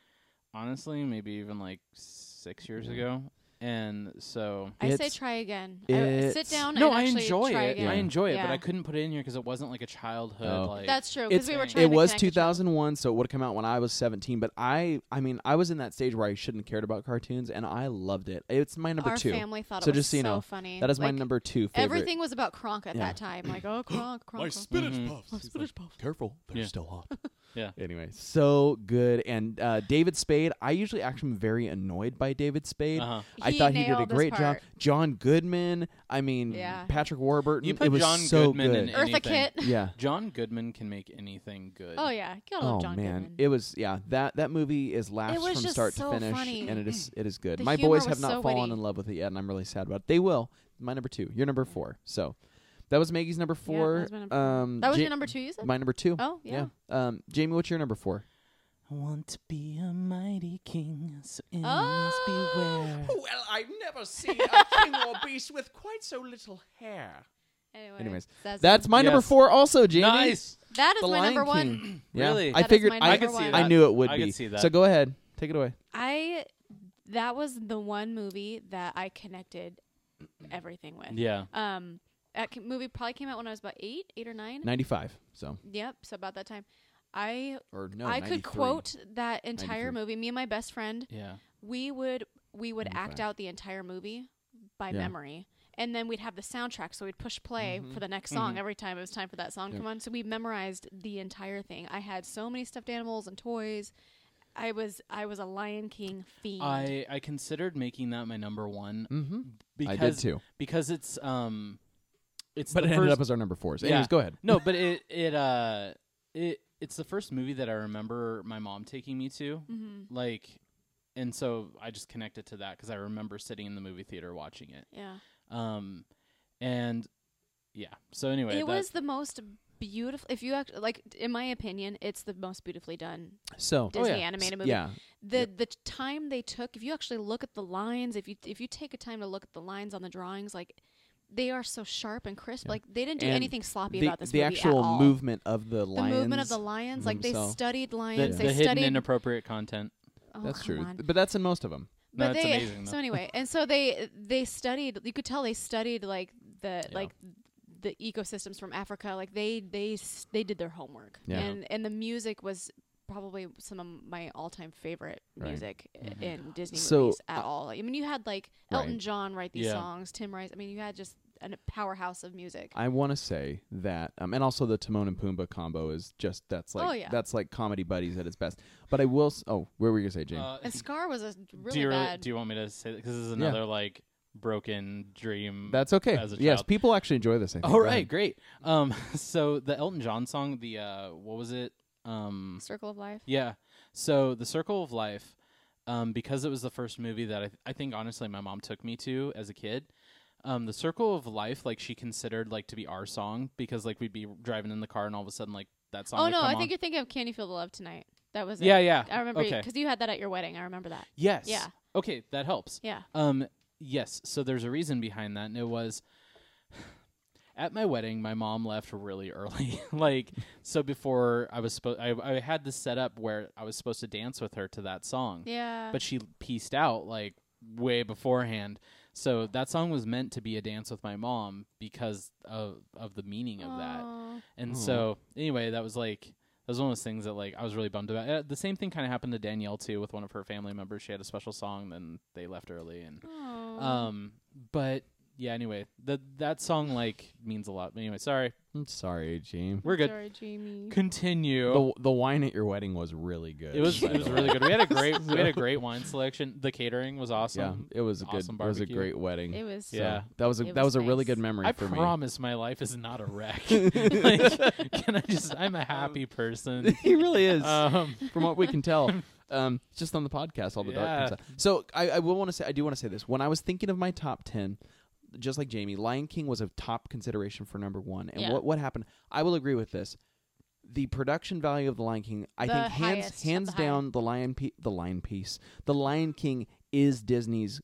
S3: honestly, maybe even like six years
S2: Yeah.
S3: ago, and so.
S1: I say
S2: It's-
S1: try again. I,
S2: it's-
S1: sit down
S3: No,
S1: and
S3: I
S1: actually
S3: enjoy
S1: try
S3: it.
S1: again.
S3: I enjoy it, but
S1: Yeah.
S3: I couldn't put it in here because it wasn't like a childhood.
S2: Oh.
S3: Like
S1: That's true because
S3: It's-
S1: we were
S3: It
S1: trying
S2: it
S1: to
S2: was
S1: connect the children.
S2: 2001, so it would have come out when I was 17. But I, I mean, I was in that stage where I shouldn't have cared about cartoons, and I loved it. It's my number
S1: Our
S2: two.
S1: family thought
S2: So
S1: it was
S2: just so you know,
S1: funny.
S2: That is my
S1: Like,
S2: number two favorite.
S1: Everything was about Kronk at
S2: Yeah.
S1: that time. Like,
S2: [laughs]
S1: oh, Kronk, Kronk.
S4: My
S1: Kronk.
S4: spinach
S3: Mhm.
S4: puffs.
S1: My
S4: He's
S1: spinach
S4: like,
S1: puffs.
S4: Careful, they're
S3: Yeah.
S4: still hot.
S2: Anyway, so good. And uh, David Spade, I usually actually am very annoyed by David Spade.
S3: uh-huh.
S2: I
S1: He
S2: thought he did a
S1: nailed this
S2: great job.
S1: part.
S2: John Goodman, I mean
S1: Yeah.
S2: Patrick Warburton.
S3: You put
S2: it was
S3: John
S2: so
S3: Goodman
S2: good.
S3: in it.
S1: Eartha
S3: anything.
S1: Kitt.
S2: [laughs] yeah.
S3: John Goodman can make anything good.
S1: Oh yeah, you gotta
S2: Oh
S1: love John
S2: man,
S1: Goodman.
S2: it was yeah. That that movie is laughs
S1: was
S2: from
S1: just
S2: start
S1: so
S2: to finish,
S1: funny.
S2: and
S1: [clears throat]
S2: it is it is good.
S1: The
S2: My
S1: humor
S2: boys
S1: was
S2: have not
S1: so
S2: fallen
S1: witty.
S2: in love with it yet, and I'm really sad about it. They will. My number two, your number four. So that was Maggie's number
S1: Yeah, that
S2: four.
S1: was my number four.
S2: um,
S1: that was
S2: Ja-
S1: your number two, you said?
S2: my number two.
S1: oh yeah.
S2: Um, Jamie, what's your number four?
S3: I want to be a mighty king, so enemies
S1: Oh.
S3: beware.
S4: Well, I've never seen a king
S1: [laughs]
S4: or beast with quite so little hair.
S1: Anyway,
S2: Anyways,
S1: that's,
S2: That's my number
S3: Yes.
S2: four, also, Jamie.
S3: Nice.
S1: that is
S2: The
S1: my
S2: Lion
S1: number one. [clears throat]
S2: King. Yeah.
S3: Really?
S1: That
S2: I
S1: is
S2: figured
S1: my
S2: I,
S1: number
S3: I could see
S1: one.
S3: that.
S2: I knew it would
S3: I
S2: be.
S3: could see that.
S2: So go ahead, take it away.
S1: I that was the one movie that I connected everything with.
S3: Yeah.
S1: Um, that c- movie probably came out when I was about eight, eight or nine.
S2: Ninety-five. So
S1: Yep, so about that time. I
S2: or no,
S1: I could
S2: 93.
S1: quote that entire
S2: 93.
S1: movie. Me and my best friend,
S3: Yeah.
S1: we would we would act
S2: 95.
S1: out the entire movie by
S2: Yeah.
S1: memory. And then we'd have the soundtrack, so we'd push play for the next song every time it was time for that song to
S2: Yeah.
S1: come on. So we memorized the entire thing. I had so many stuffed animals and toys. I was I was a Lion King fiend.
S3: I I considered making that my number one
S2: Mm-hmm.
S3: because
S2: I did too.
S3: because it's um it's
S2: but
S3: the
S2: it ended
S3: first-
S2: up as our number four. So
S3: Yeah.
S2: anyways, go ahead.
S3: [laughs] no, but it it uh it it's the first movie that I remember my mom taking me to.
S1: Mm-hmm.
S3: Like and so I just connected to that cuz I remember sitting in the movie theater watching it.
S1: Yeah.
S3: Um and yeah. So anyway,
S1: it
S3: that-
S1: was the most beautiful. If you act like, in my opinion, it's the most beautifully done
S2: So
S1: Disney
S3: Oh, yeah.
S1: animated movie.
S2: yeah,
S1: The the t- time they took. If you actually look at the lines, if you if you take a time to look at the lines on the drawings, like they are so sharp and crisp. Like they didn't do
S2: And
S1: anything sloppy
S2: the,
S1: about this
S2: the
S1: movie
S2: actual
S1: at all.
S2: movement of the
S1: the
S2: lions.
S1: movement of the lions, like they
S2: themselves.
S1: studied
S3: the,
S1: lions.
S3: the
S1: they
S3: hidden
S1: studied.
S3: inappropriate content.
S1: oh,
S2: That's
S1: come
S2: true,
S1: on.
S2: but that's in most of them.
S3: No,
S1: but
S3: it's
S1: they
S3: amazing, though.
S1: so anyway and so they they studied you could tell they studied like the
S3: Yeah.
S1: like the ecosystems from africa like they they s- they did their homework
S2: Yeah.
S1: and and the music was probably some of my all-time favorite
S2: Right.
S1: music i-
S3: Mhm.
S1: in disney
S2: So,
S1: movies at all i mean you had like elton
S2: Right.
S1: john write these
S3: Yeah.
S1: songs tim rice i mean you had just an- a powerhouse of music
S2: I want to say that, um, and also the Timon and Pumbaa combo is just that's like
S1: Oh, yeah.
S2: that's like comedy buddies at its best. But I will. S- oh, where were you gonna say, James?
S3: Uh,
S1: and scar was a really
S3: do you really-
S1: bad
S3: do you want me to say that cuz this is another like broken dream
S2: that's okay.
S3: as a
S2: Yes,
S3: child.
S2: people actually enjoy this. I think.
S3: All
S2: Go
S3: right,
S2: ahead.
S3: great. Um, [laughs] so the Elton John song, the uh, what was it? Um,
S1: circle of life
S3: yeah. So the Circle of Life, um, because it was the first movie that I, I think honestly my mom took me to as a kid. Um, the Circle of Life, like she considered like to be our song because like we'd be driving in the car and all of a sudden like that song.
S1: oh
S3: would
S1: no
S3: come
S1: i
S3: on.
S1: think you're thinking of can you feel the love tonight that was
S3: yeah,
S1: it.
S3: yeah.
S1: i remember
S3: Okay.
S1: because you had that at your wedding i remember that
S3: Yes.
S1: Yeah.
S3: Okay, that helps.
S1: yeah
S3: Um, yes. So there's a reason behind that, and it was [sighs] at my wedding. My mom left really [laughs] early, like so before I was supposed. I, I had this set up where I was supposed to dance with her to that song,
S1: yeah
S3: but she pieced out like way beforehand. So that song was meant to be a dance with my mom because of of the meaning of that.
S1: Aw.
S3: And
S2: Aw.
S3: so anyway, that was like that was one of those things that like I was really bummed about. Uh, The same thing kind of happened to Danielle too with one of her family members. She had a special song, then they left early, and
S1: Aw. oh.
S3: um, but yeah. Anyway, that that song like means a lot. But anyway, sorry,
S2: I'm sorry, James.
S3: we're good.
S1: Sorry, Jamie.
S3: Continue.
S2: The the wine at your wedding was really good.
S3: it was
S2: by
S3: it was
S2: the
S3: really
S2: way.
S3: good. We had a great we had a great wine selection. The catering was
S2: [laughs] Yeah,
S3: awesome.
S2: it was a good.
S3: Awesome
S2: it was a
S3: barbecue.
S2: great wedding.
S1: It was
S2: So
S3: Yeah.
S2: that was a
S1: It
S2: that was
S1: was
S2: a really
S1: nice.
S2: good memory
S3: I
S2: for [laughs]
S3: promise my life is not a wreck. [laughs] like, can I just? I'm a happy
S2: Um,
S3: person.
S2: me. he really is.
S3: Um,
S2: from what we can tell. Um, it's just on the podcast, all the dark
S3: Yeah.
S2: comes out. So I, I will want to say, I do want to say this. When I was thinking of my top ten, just like Jamie, Lion King was a top consideration for number one. And
S1: Yeah.
S2: what what happened? I will agree with this. The production value of the Lion King, I
S1: The
S2: think,
S1: highest of
S2: hands hands
S1: the high.
S2: down, the Lion Pe- the Lion piece, the Lion King is Disney's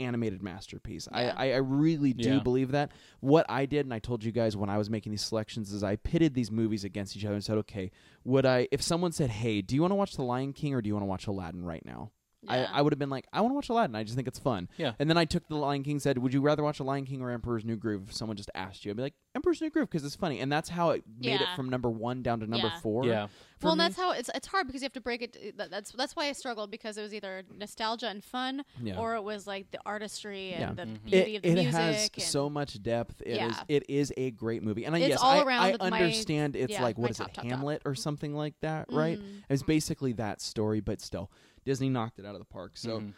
S2: animated masterpiece.
S1: Yeah.
S2: I, I, I really do
S3: Yeah.
S2: believe that. What I did, and I told you guys when I was making these selections, is I pitted these movies against each other and said, okay, would I, if someone said, hey, do you want to watch The Lion King or do you want to watch Aladdin right now?
S1: Yeah.
S2: I, I would have been like, I want to watch Aladdin. I just think it's fun.
S3: Yeah.
S2: And then I took The Lion King, said, would you rather watch The Lion King or Emperor's New Groove? If someone just asked you, I'd be like, Emperor's New Groove because it's funny. And that's how it made it
S1: Yeah.
S2: from number one down to number
S1: Yeah.
S2: four.
S3: yeah.
S2: for
S1: well, and
S2: me.
S1: that's how it's it's hard because you have to break it. eh, that- That's that's why I struggled because it was either nostalgia and fun,
S2: Yeah.
S1: or it was like the artistry and
S2: Yeah. Mm-hmm.
S1: the
S3: Mhm.
S1: beauty of the
S2: it
S1: music.
S2: has
S1: and
S2: so much depth. It is.
S1: Yeah.
S2: it is a great movie, and I,
S1: It's
S2: yes,
S1: all
S2: I,
S1: around
S2: I
S1: my-
S2: understand it's
S1: yeah,
S2: like
S1: my
S2: what is
S1: top,
S2: it,
S1: top, Mm-hmm. top.
S2: Hamlet or something like that, right?
S1: Mm,
S2: It's basically that story, but still, Disney knocked it out of the park. So
S3: Mhm.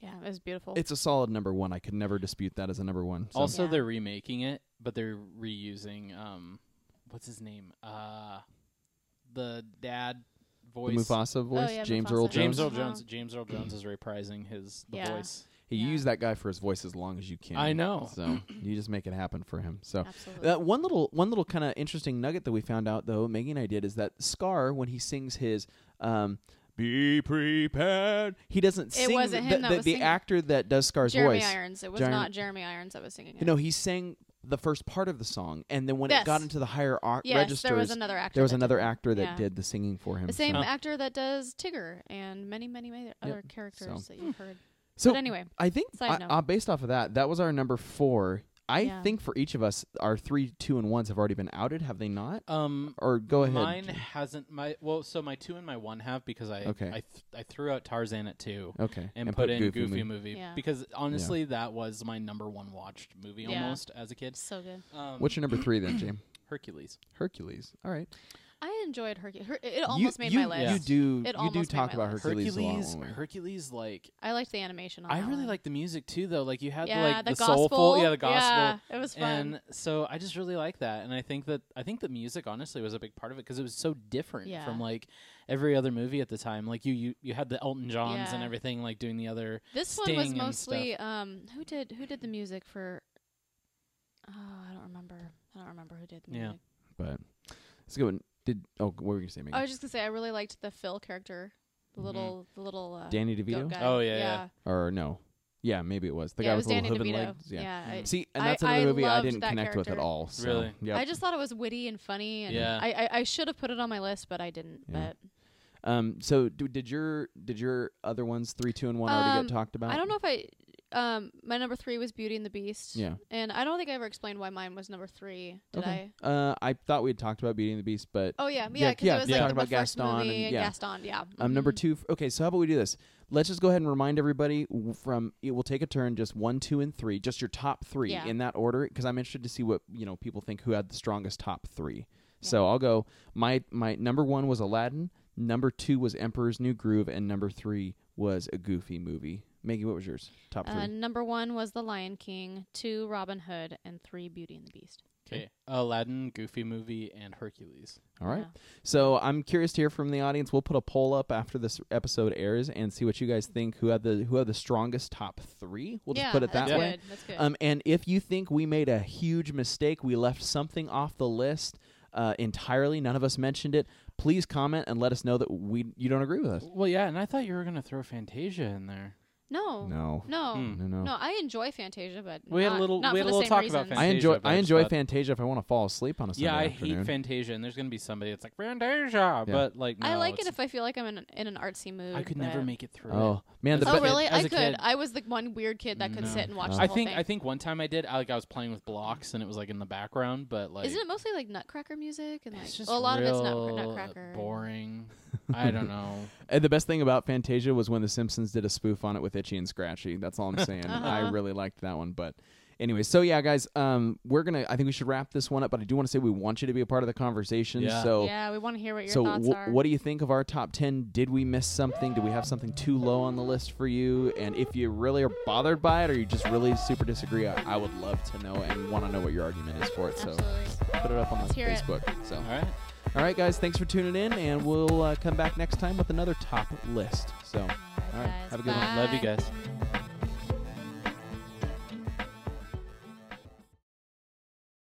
S1: yeah, it was beautiful.
S2: it's a solid number one. I could never dispute that as a number one. So.
S3: Also,
S1: Yeah.
S3: they're remaking it, but they're reusing um, what's his name? Uh, the dad
S2: the
S3: voice.
S2: Mufasa voice,
S1: Oh, yeah,
S2: James
S1: Mufasa.
S2: Earl Jones.
S3: James Earl
S1: Uh-huh.
S3: Jones. James Earl Jones is reprising his the
S1: Yeah.
S3: voice.
S2: He
S1: Yeah.
S2: used that guy for his voice as long as you can.
S3: I know.
S2: So you just make it happen for him. So
S1: [laughs] Absolutely.
S2: Uh, one little one little kind of interesting nugget that we found out though, Maggie and I did, is that Scar when he sings his um, "Be prepared," he doesn't
S1: It
S2: sing.
S1: wasn't
S2: the,
S1: him that
S2: the,
S1: was
S2: the
S1: singing.
S2: actor that does Scar's
S1: Jeremy
S2: voice.
S1: Irons. It was
S2: Jeremy-
S1: not Jeremy Irons that was singing it.
S2: No, he sang the first part of the song, and then when it
S1: Yes.
S2: got into the higher o-
S1: yes,
S2: registers,
S1: there was another actor.
S2: there was
S1: that did
S2: another
S1: that.
S2: actor that
S1: Yeah.
S2: did the singing for him.
S1: The same
S2: so.
S1: actor that does Tigger and many, many, many other characters that you've heard.
S2: So
S1: but anyway,
S2: I think
S1: Side
S2: I-
S1: note.
S2: uh, based off of that, that was our number four. I
S1: Yeah.
S2: think for each of us, our three, two, and ones have already been outed, have they not?
S3: Um,
S2: Or go ahead.
S3: mine
S2: Jim.
S3: hasn't. My well, so my two and my one have because I
S2: Okay.
S3: I, th- I threw out Tarzan at two.
S2: Okay.
S3: And, put, in Goofy, movie,
S1: Yeah.
S3: because honestly, that was my number one watched movie
S1: Yeah.
S3: almost as a kid.
S1: so good.
S3: Um, [clears throat]
S2: What's your number three then, James?
S3: Hercules?
S2: Hercules. All right.
S1: I enjoyed Hercules. Her- it almost
S2: you,
S1: made
S2: you,
S1: my list.
S2: You do.
S1: It
S2: you
S1: almost
S2: do
S1: made
S2: talk
S1: my
S2: about
S1: list.
S2: Hercules,
S3: Hercules,
S2: a lot. when we-
S3: Hercules, like
S1: I liked the animation. On
S3: I
S1: that
S3: really
S1: one.
S3: like the music too, though. Like you had the,
S1: yeah,
S3: like
S1: the,
S3: the,
S1: gospel.
S3: soulful, yeah, the gospel,
S1: Yeah, it was fun.
S3: and so I just really like that. And I think that I think the music honestly was a big part of it because it was so different
S1: Yeah.
S3: from like every other movie at the time. Like you, you, you had the Elton Johns and
S1: Yeah.
S3: everything, like doing the other.
S1: this one was
S3: Sting and stuff.
S1: mostly um, who did who did the music for? Oh, I don't remember. I don't remember who did the
S3: Yeah.
S1: music.
S2: But it's a good one. Did oh, what were you gonna say? Megan?
S1: I was just gonna say I really liked the Phil character, the
S3: Mhm.
S1: little the little uh,
S2: Danny
S1: goat
S2: DeVito,
S1: guy.
S3: Oh, yeah, yeah.
S2: or no? Yeah, maybe it was the
S1: Yeah,
S2: guy
S1: it
S2: with
S1: was
S2: the
S1: Danny
S2: little hooven
S1: DeVito.
S2: legs. Yeah.
S1: I,
S3: Mm-hmm.
S2: See, and
S1: I-
S2: that's another
S1: I
S2: movie I
S1: loved
S2: didn't
S1: that
S2: connect with at
S1: character.
S2: all. So,
S3: Really?
S2: Yep.
S1: I just thought it was witty and funny, and
S3: Yeah.
S1: I, I, I should have put it on my list, but I didn't.
S2: Yeah.
S1: But
S2: um. So do, did your did your other ones three, two, and one already
S1: Um,
S2: get talked about?
S1: I don't know if I. Um, my number three was Beauty and the Beast.
S2: Yeah.
S1: And I don't think I ever explained why mine was number three. Did
S2: Okay.
S1: I?
S2: Uh, I thought we had talked about Beauty and the Beast, but
S1: Oh yeah,
S2: Yeah,
S1: yeah, because
S2: yeah,
S1: it was
S2: yeah.
S1: like
S2: Talking
S1: the
S2: about
S1: first
S2: Gaston and-
S1: movie,
S2: yeah.
S1: Gaston. Yeah.
S2: Um, number
S1: Mhm.
S2: two. f- Okay, so how about we do this? Let's just go ahead and remind everybody w- from it will take a turn, just one, two, and three, just your top three
S1: Yeah.
S2: in that order, because I'm interested to see what you know people think who had the strongest top three. So I'll go. My my number one was Aladdin. Number two was Emperor's New Groove, and number three was a Goofy movie. Maggie, what was yours? Top three.
S1: Uh, number one was The Lion King, two Robin Hood, and three Beauty and the Beast.
S3: Okay, Aladdin, Goofy movie, and Hercules.
S2: All right.
S1: Yeah.
S2: So I'm curious to hear from the audience. We'll put a poll up after this episode airs and see what you guys think. Who had the who had the strongest top three? We'll just
S1: yeah,
S2: put it that
S1: that's
S2: way.
S1: Good. That's good.
S2: Um, and if you think we made a huge mistake, we left something off the list uh, entirely. None of us mentioned it. Please comment and let us know that we you don't agree with us.
S3: Well, yeah, and I thought you were gonna throw Fantasia in there.
S1: no.
S2: No,
S1: No.
S3: Hmm.
S2: no, no.
S1: No, I enjoy Fantasia, but
S3: We had a
S1: not-
S3: little-
S1: not for
S3: we had a
S1: the
S3: little
S1: same
S3: talk about
S1: reason.
S2: I
S3: Fantasia,
S2: enjoy
S3: but
S2: I
S3: I
S2: enjoy
S3: just thought-
S2: Fantasia if I want to fall asleep on a Sunday
S3: yeah, I
S2: afternoon.
S3: hate Fantasia, and there's gonna be somebody that's like Fantasia, but like no,
S1: I like it
S3: it's-
S1: if I feel like I'm in, in an artsy mood.
S3: I could never
S1: but-
S3: make it through. it.
S2: oh man, the
S3: As
S2: Uh,
S1: Oh
S3: a
S1: really?
S3: kid- as
S1: I
S3: a
S1: could.
S3: kid.
S1: I was the one weird kid that could
S3: No.
S1: sit and watch.
S2: No.
S1: The
S3: I
S1: whole
S3: think
S1: Thing.
S3: I think one time I did. I, like I was playing with blocks, and it was like in the background, but like
S1: Isn't it mostly like Nutcracker music and like
S3: it's just
S1: well, a lot of it's
S3: real,
S1: nut-
S3: uh,
S1: Nutcracker.
S2: [laughs]
S3: Boring. I don't know.
S2: And the best thing about Fantasia was when The Simpsons did a spoof on it with Itchy and Scratchy.
S1: [laughs]
S2: That's all I'm saying. I
S1: Uh-huh.
S2: really liked that one. But anyway, so yeah, guys, um, we're gonna. I think we should wrap this one up. But I do want to say we want you to be a part of the conversation.
S3: Yeah.
S2: So
S1: Yeah, we want to hear what your
S2: so
S1: thoughts
S2: wh-
S1: are.
S2: what do you think of our top 10 did we miss something do we have something too low on the list for you and if you really are bothered by it or you just really super disagree i, I would love to know and want to know what your argument is for it so
S1: Absolutely.
S2: put it up on the
S1: Let's hear it.
S2: facebook so
S3: All right.
S2: all right guys thanks for tuning in and we'll uh, come back next time with another top list so
S1: All right,
S2: All right,
S1: guys.
S2: have a good one.
S3: Love you
S1: Bye.
S3: guys.